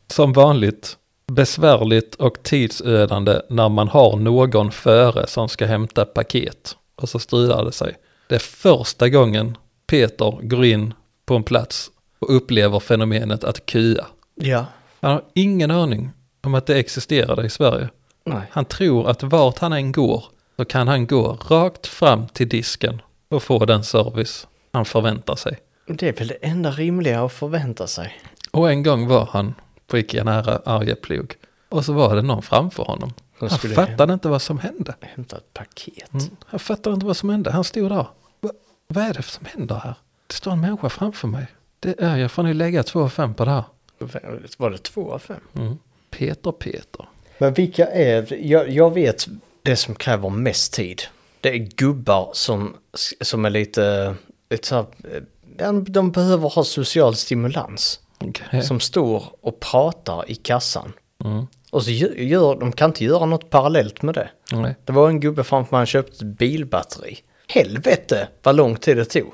Som vanligt. Besvärligt och tidsödande när man har någon före som ska hämta paket. Och så strular det sig. Det är första gången Peter går in på en plats och upplever fenomenet att kua. Ja. Han har ingen aning om att det existerade i Sverige. Nej. Han tror att vart han än går så kan han gå rakt fram till disken och få den service han förväntar sig. Det är väl det enda rimliga att förvänta sig. Och en gång var han på Ikea nära Arjeplog och så var det någon framför honom. Som Han skulle- fattade inte vad som hände. Hämta ett paket. Han fattade inte vad som hände. Han stod där. Va, vad är det som händer här? Det står en människa framför mig. Det är, jag får nu lägga två och fem på det här. Var det två av fem? Mm. Peter, Peter. Men vilka är, jag, jag vet det som kräver mest tid. Det är gubbar som, som är lite, lite så här, eh, de behöver ha social stimulans. Okej. Som står och pratar i kassan. Och så gö- gör, de kan inte göra något parallellt med det. Nej. Det var en gubbe framför mig, han köpte ett bilbatteri. Helvete vad lång tid det tog.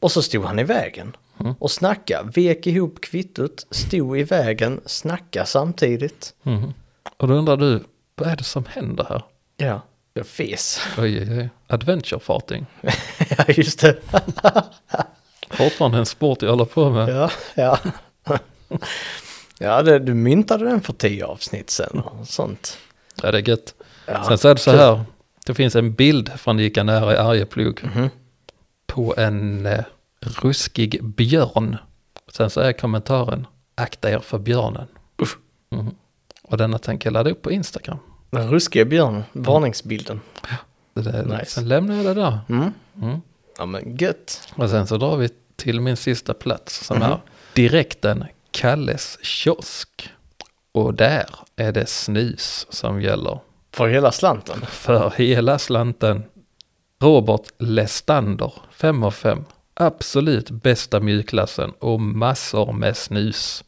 Och så stod han i vägen. Och snackade, vek ihop kvittot, stod i vägen, snackade samtidigt. Och då undrar du, vad är det som händer här? Ja, jag fes. Oj, oj, oj. Adventurefarting. ja, just det. Fortfarande en sport jag håller på med. ja, ja. ja, det, du myntade den för tio avsnitt sen och sånt. Ja, det är gött. Ja, Sen så är det så kul. här. Det finns en bild från Ica Nära i Arjeplog. Mhm. På en eh, ruskig björn. Sen så är kommentaren. Akta er för björnen. Mhm. Och denna tänker jag ladda upp på Instagram. Den ruskiga björnen, varningsbilden. Det där, Nice. Mm. Sen lämnar jag det där. Ja, men gött. Och sen så drar vi Mhm. till min sista plats som är direkten Kalles kiosk. Och där är det snus som gäller. För hela slanten. För hela slanten. Robert Lestander, 5 av 5. Absolut bästa mjukglassen och massor med snus.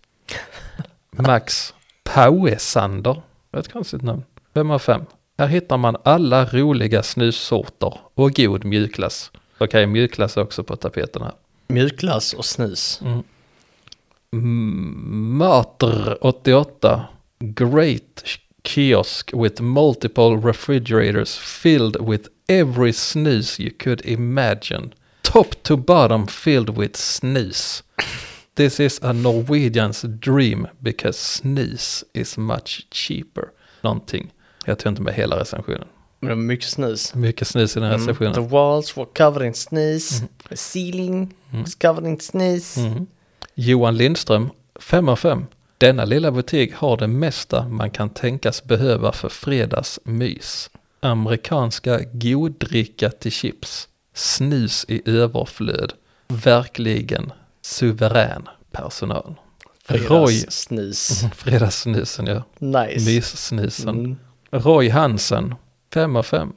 Max Pauesander, vad ett konstigt namn, 5 av 5. Här hittar man alla roliga snussorter och god mjukglass. Okej, mjukglass är också på tapeten här. Mjukglass och snus. Mater 88. Great kiosk with multiple refrigerators filled with every snus you could imagine. Top to bottom filled with snus. This is a Norwegian's dream because snus is much cheaper. Någonting. Jag tog inte med hela recensionen. Men det var mycket snus. Mycket snus i den här Mm. The recensionen. walls were covered in sneeze. The ceiling was covered in sneeze. Johan Lindström, 5 av 5. Denna lilla butik har det mesta man kan tänkas behöva för fredagsmys. Amerikanska goddricka till chips. Snus i överflöd. Verkligen suverän personal. Roy, Fredags snus. fredagssnusen ja. Nice. Myssnusen. Roy Hansen, 5 av 5.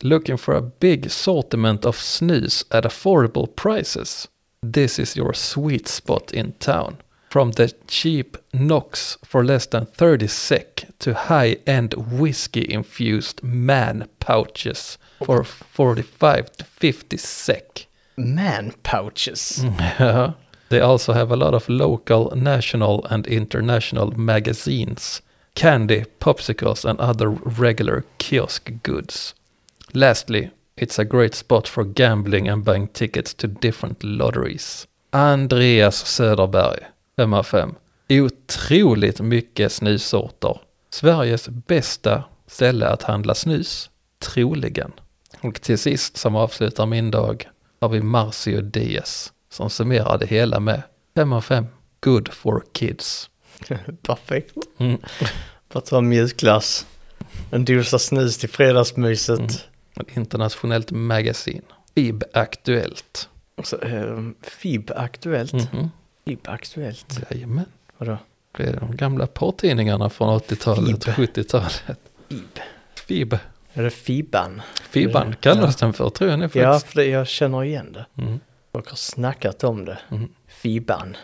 Looking for a big sortiment of snus at affordable prices. This is your sweet spot in town. From the cheap Knox for less than 30 sec to high-end whiskey-infused man pouches for 45 to 50 sec. Man pouches. Yeah. They also have a lot of local, national, and international magazines, candy, popsicles, and other regular kiosk goods. Lastly, it's a great spot for gambling and buying tickets to different lotteries. Andreas Söderberg, 5 av 5. Otroligt mycket snusorter. Sveriges bästa ställe att handla snus, troligen. Och till sist, som avslutar min dag, har vi Marcio Diaz som summerar det hela med 5 av 5. Good for kids. Perfekt. Mm. För att vara mjukglass. En dosa snus till fredagsmyset. Ett internationellt magasin. FIB Aktuellt. Och så, ehm, FIB Aktuellt. Mhm. FIB Aktuellt. Jajamän. Vadå? Det är de gamla porrtidningarna från 80-talet och 70-talet. FIB. FIB. Är det FIBAN? FIBAN kallas den för tror jag nu Ja, faktiskt. för det, jag känner igen det. Mm. Folk har snackat om det. FIBAN.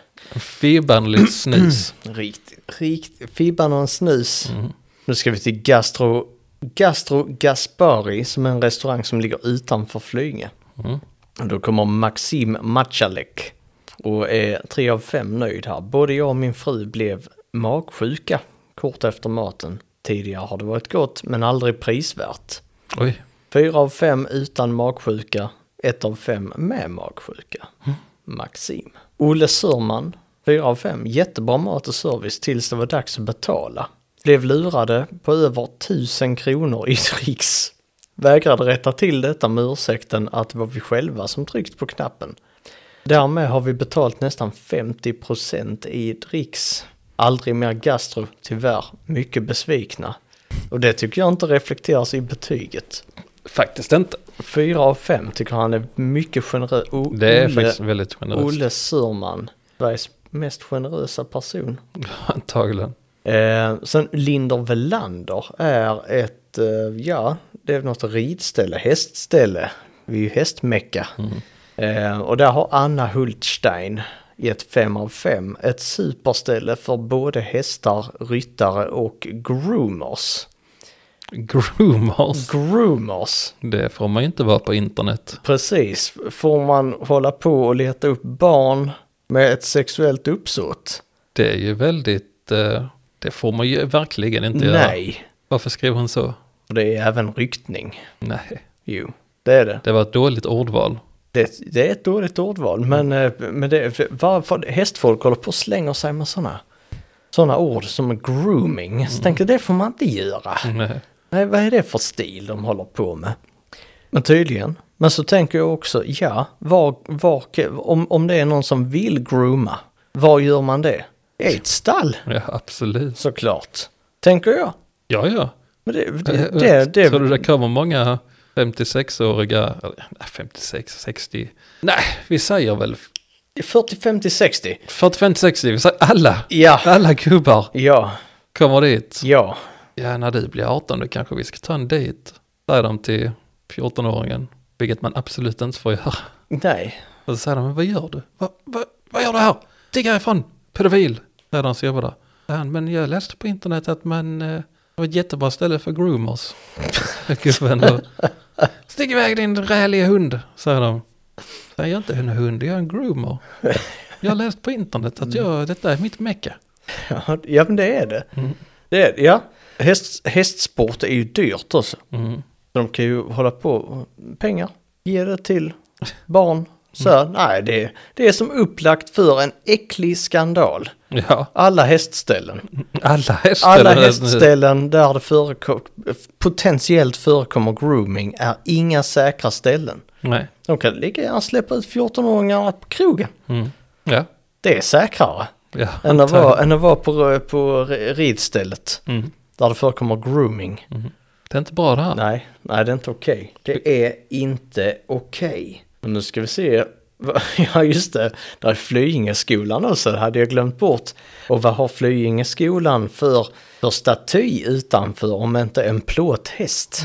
Fibanligt snus. Mm. Riktigt, riktigt. Fibban och en snus. Nu ska vi till Gastro, Gastro Gaspari som är en restaurang som ligger utanför Flyinge. Och Då kommer Maxim Machalek och är tre av fem nöjd här. Både jag och min fru blev magsjuka kort efter maten. Tidigare har det varit gott men aldrig prisvärt. Oj. Fyra av fem utan magsjuka, ett av fem med magsjuka. Maxim. Olle Sörman, fyra av fem. Jättebra mat och service tills det var dags att betala. Blev lurade på över tusen kronor i dricks. Vägrade rätta till detta med ursäkten att det var vi själva som tryckt på knappen. Därmed har vi betalt nästan 50% i dricks. Aldrig mer gastro, tyvärr. Mycket besvikna. Och det tycker jag inte reflekteras i betyget. Faktiskt inte. Fyra av fem tycker han är mycket generös. O- Det är Olle, faktiskt väldigt generöst. Olle Sörman, Sveriges mest generösa person. Antagligen. Eh, sen Linder Velander är ett, eh, ja, det är något ridställe, hästställe. Vi är ju hästmecka. Mm. Eh, och där har Anna Hultstein gett fem av fem. Ett superställe för både hästar, ryttare och groomers. Groomers. Groomers! Det får man ju inte vara på internet. Precis, får man hålla på och leta upp barn med ett sexuellt uppsåt? Det är ju väldigt... Eh, det får man ju verkligen inte göra. Nej, Varför skrev hon så? och det är även ryktning. Nej, Jo, det är det. det var ett dåligt ordval. Det, det är ett dåligt ordval, men, eh, men det, varför, hästfolk håller på och slänger sig med sådana såna ord som grooming. Så tänker jag, det får man inte göra. Nej. Nej, vad är det för stil de håller på med? Men tydligen. Men så tänker jag också, ja, var, var, om, om det är någon som vill grooma, var gör man det? I ett stall, Ja, absolut. såklart. Tänker jag. Ja, ja. Eh, Men det, det, det, Tror du det, det kommer många 56-åriga, eller, nej, 56, 60, nej, vi säger väl 40, 50, 60. 45, 60, vi säger alla, Ja. alla gubbar Ja, Kommer dit. Ja, Ja, när du blir 18 då kanske vi ska ta en dejt. Säger de till 14-åringen. Vilket man absolut inte får göra. nej. Och så säger de, men vad gör du? Va, va, vad gör du här? Stig härifrån! Pedofil! Säger de som jobbar där. Säger Han, men jag läste på internet att man... Eh, det var ett jättebra ställe för groomers. Gubben då. Stick iväg din räliga hund, säger de. Säger jag är inte en hund, jag är en groomer. Jag har läst på internet att jag, detta är mitt mecka. Ja, ja men det är det. det, är, det, ja. Häst, hästsport är ju dyrt också. Mm. Så de kan ju hålla på pengar, ge det till barn. Så här, nej, det, det är som upplagt för en äcklig skandal. Ja, Alla hästställen. alla hästställen. Alla hästställen där det förekom, potentiellt förekommer grooming är inga säkra ställen. Nej. De kan lika gärna släppa ut 14-åringar på krogen. Mm. Ja. Det är säkrare ja. än att antagligen. vara, än att vara på, på ridstället Mm. där det förekommer grooming. Det är inte bra det här. Nej, nej det är inte okej. Det är inte okej. Men nu ska vi se. vad- Ja just det, där är Flyingeskolan också, det hade jag glömt bort. Och vad har Flyingeskolan för, för staty utanför om inte en plåthäst?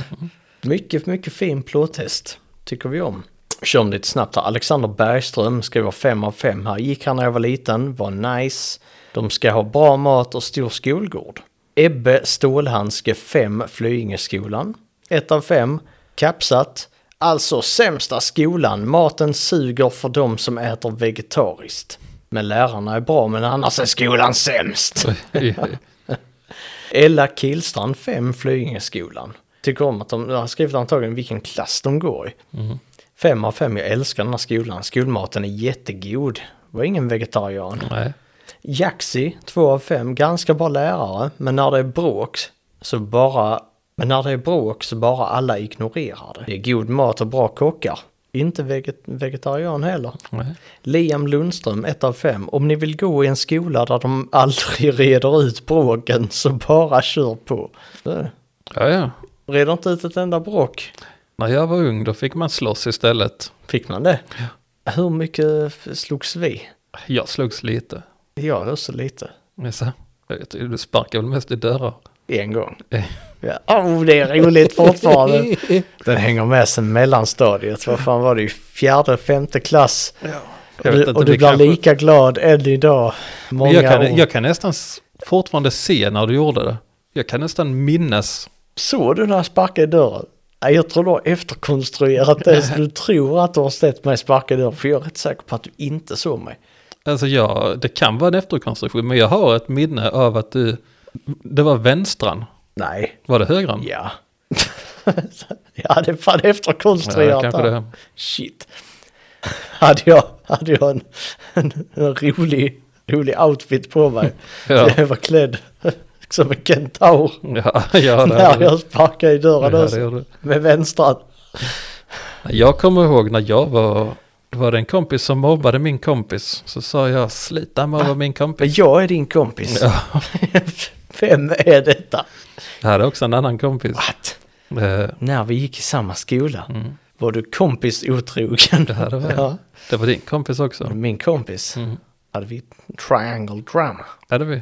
Mycket, mycket fin plåthäst, tycker vi om. Kör om lite snabbt här. Alexander Bergström skriver 5 av 5 här. Gick här när jag var liten, var nice. De ska ha bra mat och stor skolgård. Ebbe Stålhandske 5 Flyingeskolan. 1 av 5. Kapsat. Alltså sämsta skolan. Maten suger för de som äter vegetariskt. Men lärarna är bra men annars är skolan sämst. Oj, Ella Kilstrand 5 Flyingeskolan. Tycker om att de, jag har skrivit antagligen vilken klass de går i. Fem av fem, jag älskar den här skolan. Skolmaten är jättegod. Var ingen vegetarian. Nej. Jaxi, 2 av 5, ganska bra lärare, men när det är bråk så bara... Men när det är bråk så bara alla ignorerar det. Det är god mat och bra kockar. Inte veget- vegetarian heller. Nej. Liam Lundström, 1 av 5. Om ni vill gå i en skola där de aldrig reder ut bråken så bara kör på. Så, Ja, ja. Reder inte ut ett enda bråk. När jag var ung då fick man slåss istället. Fick man det? Hur mycket f- slogs vi? Jag slogs lite. Jag också lite. Men så- Jag vet, du sparkar väl mest i dörrar? En gång. Eh. Ja, oh, det är roligt fortfarande. Den hänger med sen mellanstadiet. Vad fan var det i fjärde, femte klass? Jag du, vet inte, och du det blir kanske- lika glad än idag. Många Men jag, kan, år. jag kan nästan s- fortfarande se när du gjorde det. Jag kan nästan minnas. Såg du när jag sparkade i dörren? Nej, jag tror du har efterkonstruerat det så du tror att du har sett mig sparka i dörren. För jag är rätt säker på att du inte såg mig. Alltså jag, det kan vara en efterkonstruktion, men jag har ett minne av att du, det var vänstran. Nej, Var det högran? ja. ja, det är fan Ja, efterkonstruerat. kanske här. det. Shit. Hade jag, hade jag en, en, en rolig, rolig outfit på mig. Ja. Jag var klädd som en kentaur. Ja, ja, det När hade du. jag sparkade i dörren Ja, det också, gör du. med vänstran. Jag kommer ihåg när jag var, var det en kompis som mobbade min kompis. Så sa jag, slita mobba min kompis. Men jag är din kompis. Ja. Vem är detta? Jag hade också en annan kompis. What? Eh, När vi gick i samma skola var du kompis otrogen. Det hade varit. Ja. Det var Mm. din kompis också. Min kompis hade vi triangle drama. Hade vi?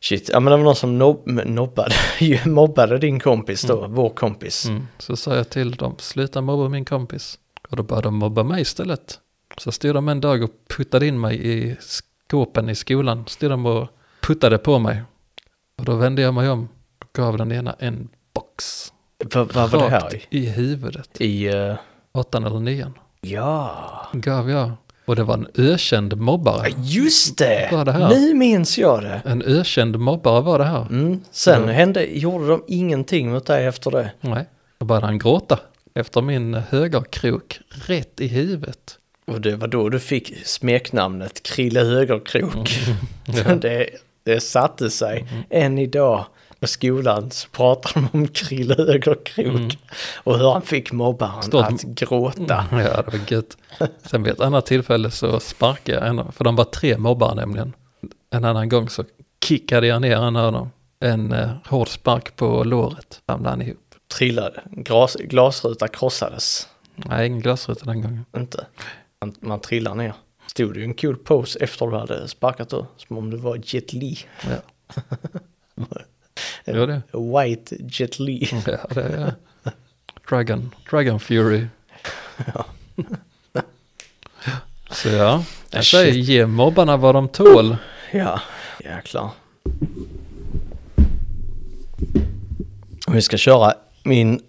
Shit, ja men det var någon som nob- nobbade, mobbade din kompis då, vår kompis. Mm. Så sa jag till dem, sluta mobba min kompis. Och då började de mobba mig istället. Så stod de en dag och puttade in mig i skåpen i skolan. Stod de och puttade på mig. Och då vände jag mig om och gav den ena en box. Vad vad var det här i? Rakt i huvudet. I, eh, Åttan eller nian. ja, Gav jag. Och det var en ökänd mobbare. just det! Vad var det här? Nu minns jag det. En ökänd mobbare var det här. Mm. Sen hände, gjorde de ingenting mot dig efter det. Nej. Då började han gråta. Efter min högerkrok. Rätt i huvudet. Och det var då du fick smeknamnet Krille Högerkrok. det, det satte sig. Än idag på skolan så pratar de om Krille Högerkrok. Och hur han fick mobbaren Stort- att gråta. Ja, det var gött. Sen vid ett annat tillfälle så sparkade jag en, för de var tre mobbar nämligen. En annan gång så kickade jag ner en av dem. En eh, hård spark på låret ramlade han ihop. Trillade, Glas, glasruta krossades. Nej, ingen glasruta den gången. inte. Man, man trillar ner. Stod det ju en cool pose efter du hade sparkat då, som om du var Jet Li. Ja. Gör det? White Jet Li. Ja, det är det. Dragon, Dragon Fury. Så ja, jag Shit. säger ge mobbarna vad de tål. Ja, jäklar. Vi ska köra min,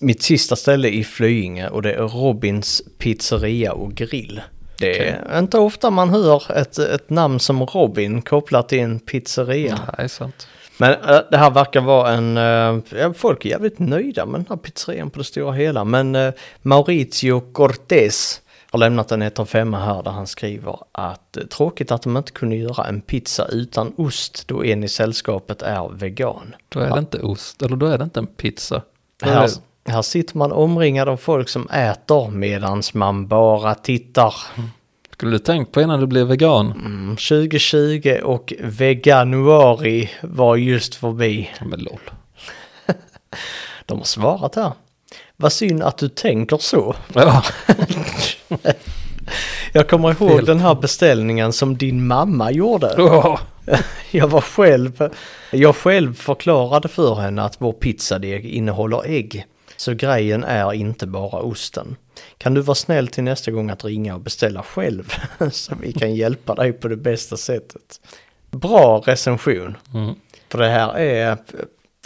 mitt sista ställe i Flyinge och det är Robins pizzeria och grill. Det är inte ofta man hör ett, ett namn som Robin kopplat till en pizzeria. Nej, sant. Men eh, det här verkar vara en... eh, ja, folk är jävligt nöjda med den här pizzerian på det stora hela. Men eh, Maurizio Cortez har lämnat en 1 femma här där han skriver att eh, tråkigt att de inte kunde göra en pizza utan ost då en i sällskapet är vegan. Då är det inte ost, eller då är det inte en pizza. Då är Här, det- här sitter man omringad av folk som äter medans man bara tittar. Skulle du tänkt på innan du blev vegan? Mm, 2020 och veganuari var just förbi. Ja, Men lol. De har svarat här. Vad synd att du tänker så. Ja, Jag kommer ihåg Fel. den här beställningen som din mamma gjorde. Åh, Jag var själv, jag själv förklarade för henne att vår pizzadeg innehåller ägg. Så grejen är inte bara osten. Kan du vara snäll till nästa gång att ringa och beställa själv? Så vi kan hjälpa dig på det bästa sättet. Bra recension. För det här är,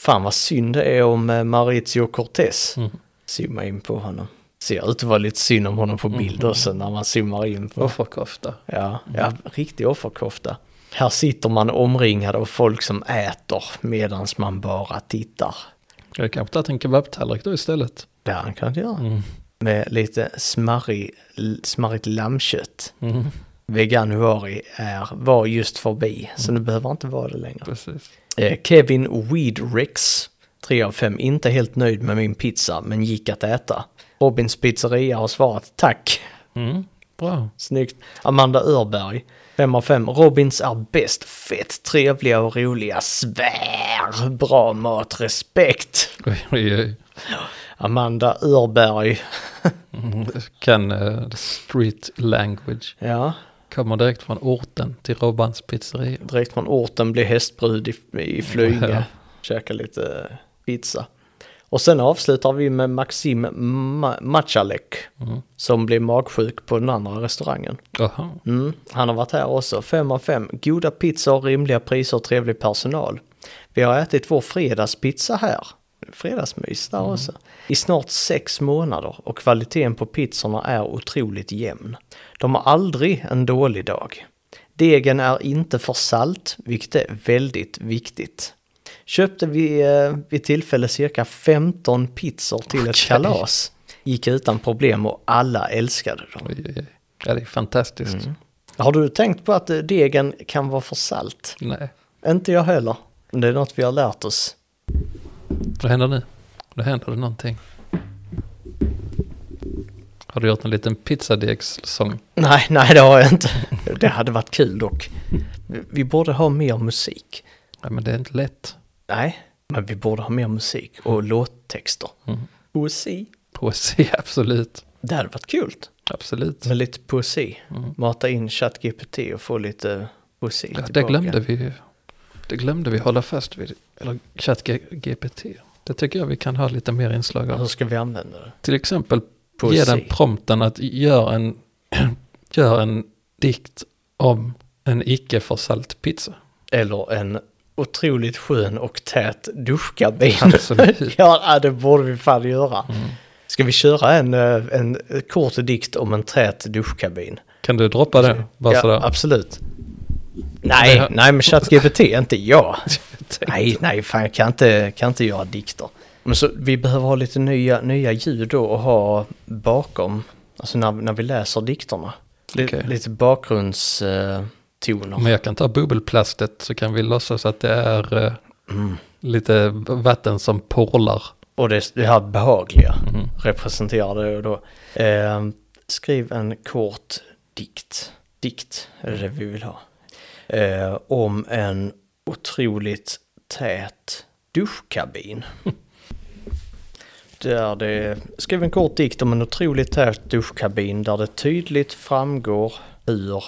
fan vad synd det är om eh, Maurizio Cortez. Zooma in på honom. Ser ut att vara lite synd om honom på bilder sen när man zoomar in på offerkofta. Ja, ja Mm. riktig offerkofta. Här sitter man omringad av folk som äter medan man bara tittar. Ska jag kanske ta en kebabtallrik då istället? Det han kan göra. Med lite smarrig, smarrigt lammkött. Veganuari är, var just förbi, så nu behöver inte vara det längre. Precis. Eh, Kevin Weedrix, 3 av 5, inte helt nöjd med min pizza, men gick att äta. Robins pizzeria har svarat tack. Mm, bra. Snyggt. Amanda Örberg. 5 av 5. Robins är bäst. Fett trevliga och roliga. Svär. Bra mat. Respekt. Oj, oj, oj. Amanda Örberg. Mm, Kan eh, street language. Ja. Kommer direkt från orten till Robbans pizzeria. Direkt från orten blir hästbrud i, i Flyinge. Käka lite pizza. Och sen avslutar vi med Maxim Ma- Machalek. Som blev magsjuk på den andra restaurangen. Jaha, Mm, han har varit här också. Fem av fem. Goda pizzor, rimliga priser och trevlig personal. Vi har ätit vår fredagspizza här. Fredagsmys där också. I snart sex månader och kvaliteten på pizzorna är otroligt jämn. De har aldrig en dålig dag. Degen är inte för salt, vilket är väldigt viktigt. Köpte vi eh, vid tillfälle cirka 15 pizzor till ett kalas. Gick utan problem och alla älskade dem. oj, oj, oj. Ja, det är fantastiskt. Har du tänkt på att eh, degen kan vara för salt? Nej, Inte jag heller. Men det är något vi har lärt oss. vad händer nu? Nu händer det någonting. Har du gjort en liten pizzadegssång? Nej, nej det har jag inte. Det hade varit kul dock. Vi- Vi borde ha mer musik. Nej, men det är inte lätt. Nej, men vi borde ha mer musik och låttexter. Mm. Poesi. Poesi, absolut. Det hade varit kul. Absolut. Med lite poesi. Mata in ChatGPT och få lite poesi Mm. Ja, det tillbaka. glömde vi ju. Det glömde vi hålla fast vid. Eller ChatGPT. Det tycker jag vi kan ha lite mer inslag Hur av. ska vi använda det? Till exempel Poesi. ge den prompten att göra en, gör en dikt om en icke för salt pizza. Eller en otroligt skön och tät duschkabin. Absolut. Mm. ja, ja, det borde vi fan göra. Ska vi köra en, eh, en kort dikt om en tät duschkabin? Kan du droppa det? Bara ja, sådär. absolut. Nej, Det- nej, men ChatGPT, inte jag. nej, nej, fan, jag kan inte, kan inte göra dikter. Men så, vi behöver ha lite nya, nya ljud då och ha bakom, alltså när, när vi läser dikterna. Li- Okej. Lite eh, bakgrundstoner. Men jag kan ta bubbelplastet så kan vi låtsas att det är eh, Mm. lite vatten som porlar. Och det, det här behagliga representerar det då. Eh, skriv en kort dikt. Dikt är det vi vill ha. Eh, om en otroligt tät duschkabin. Där det, skriv en kort dikt om en otroligt tät duschkabin där det tydligt framgår hur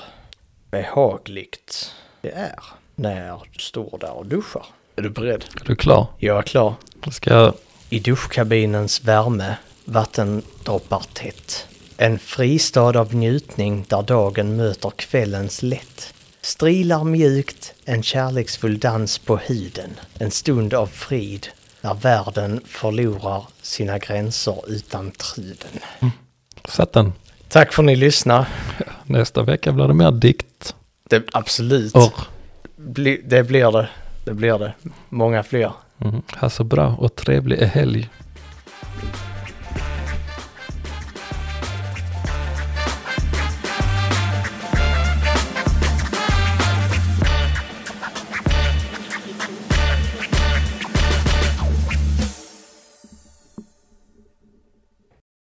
behagligt det är. när du står där och duschar. Är du beredd? Är du klar? Jag är klar. Jag ska... I duschkabinens värme vatten droppar tätt. En fristad av njutning där dagen möter kvällens lätt. Strilar mjukt en kärleksfull dans på huden. En stund av frid när världen förlorar sina gränser utan truden. Sätt den. Tack för att ni lyssnar. Nästa vecka blir det mer dikt. Det, absolut. Orr. Bli, det blir det. Det blir det. Många fler. Mm. Ha så bra och trevlig helg.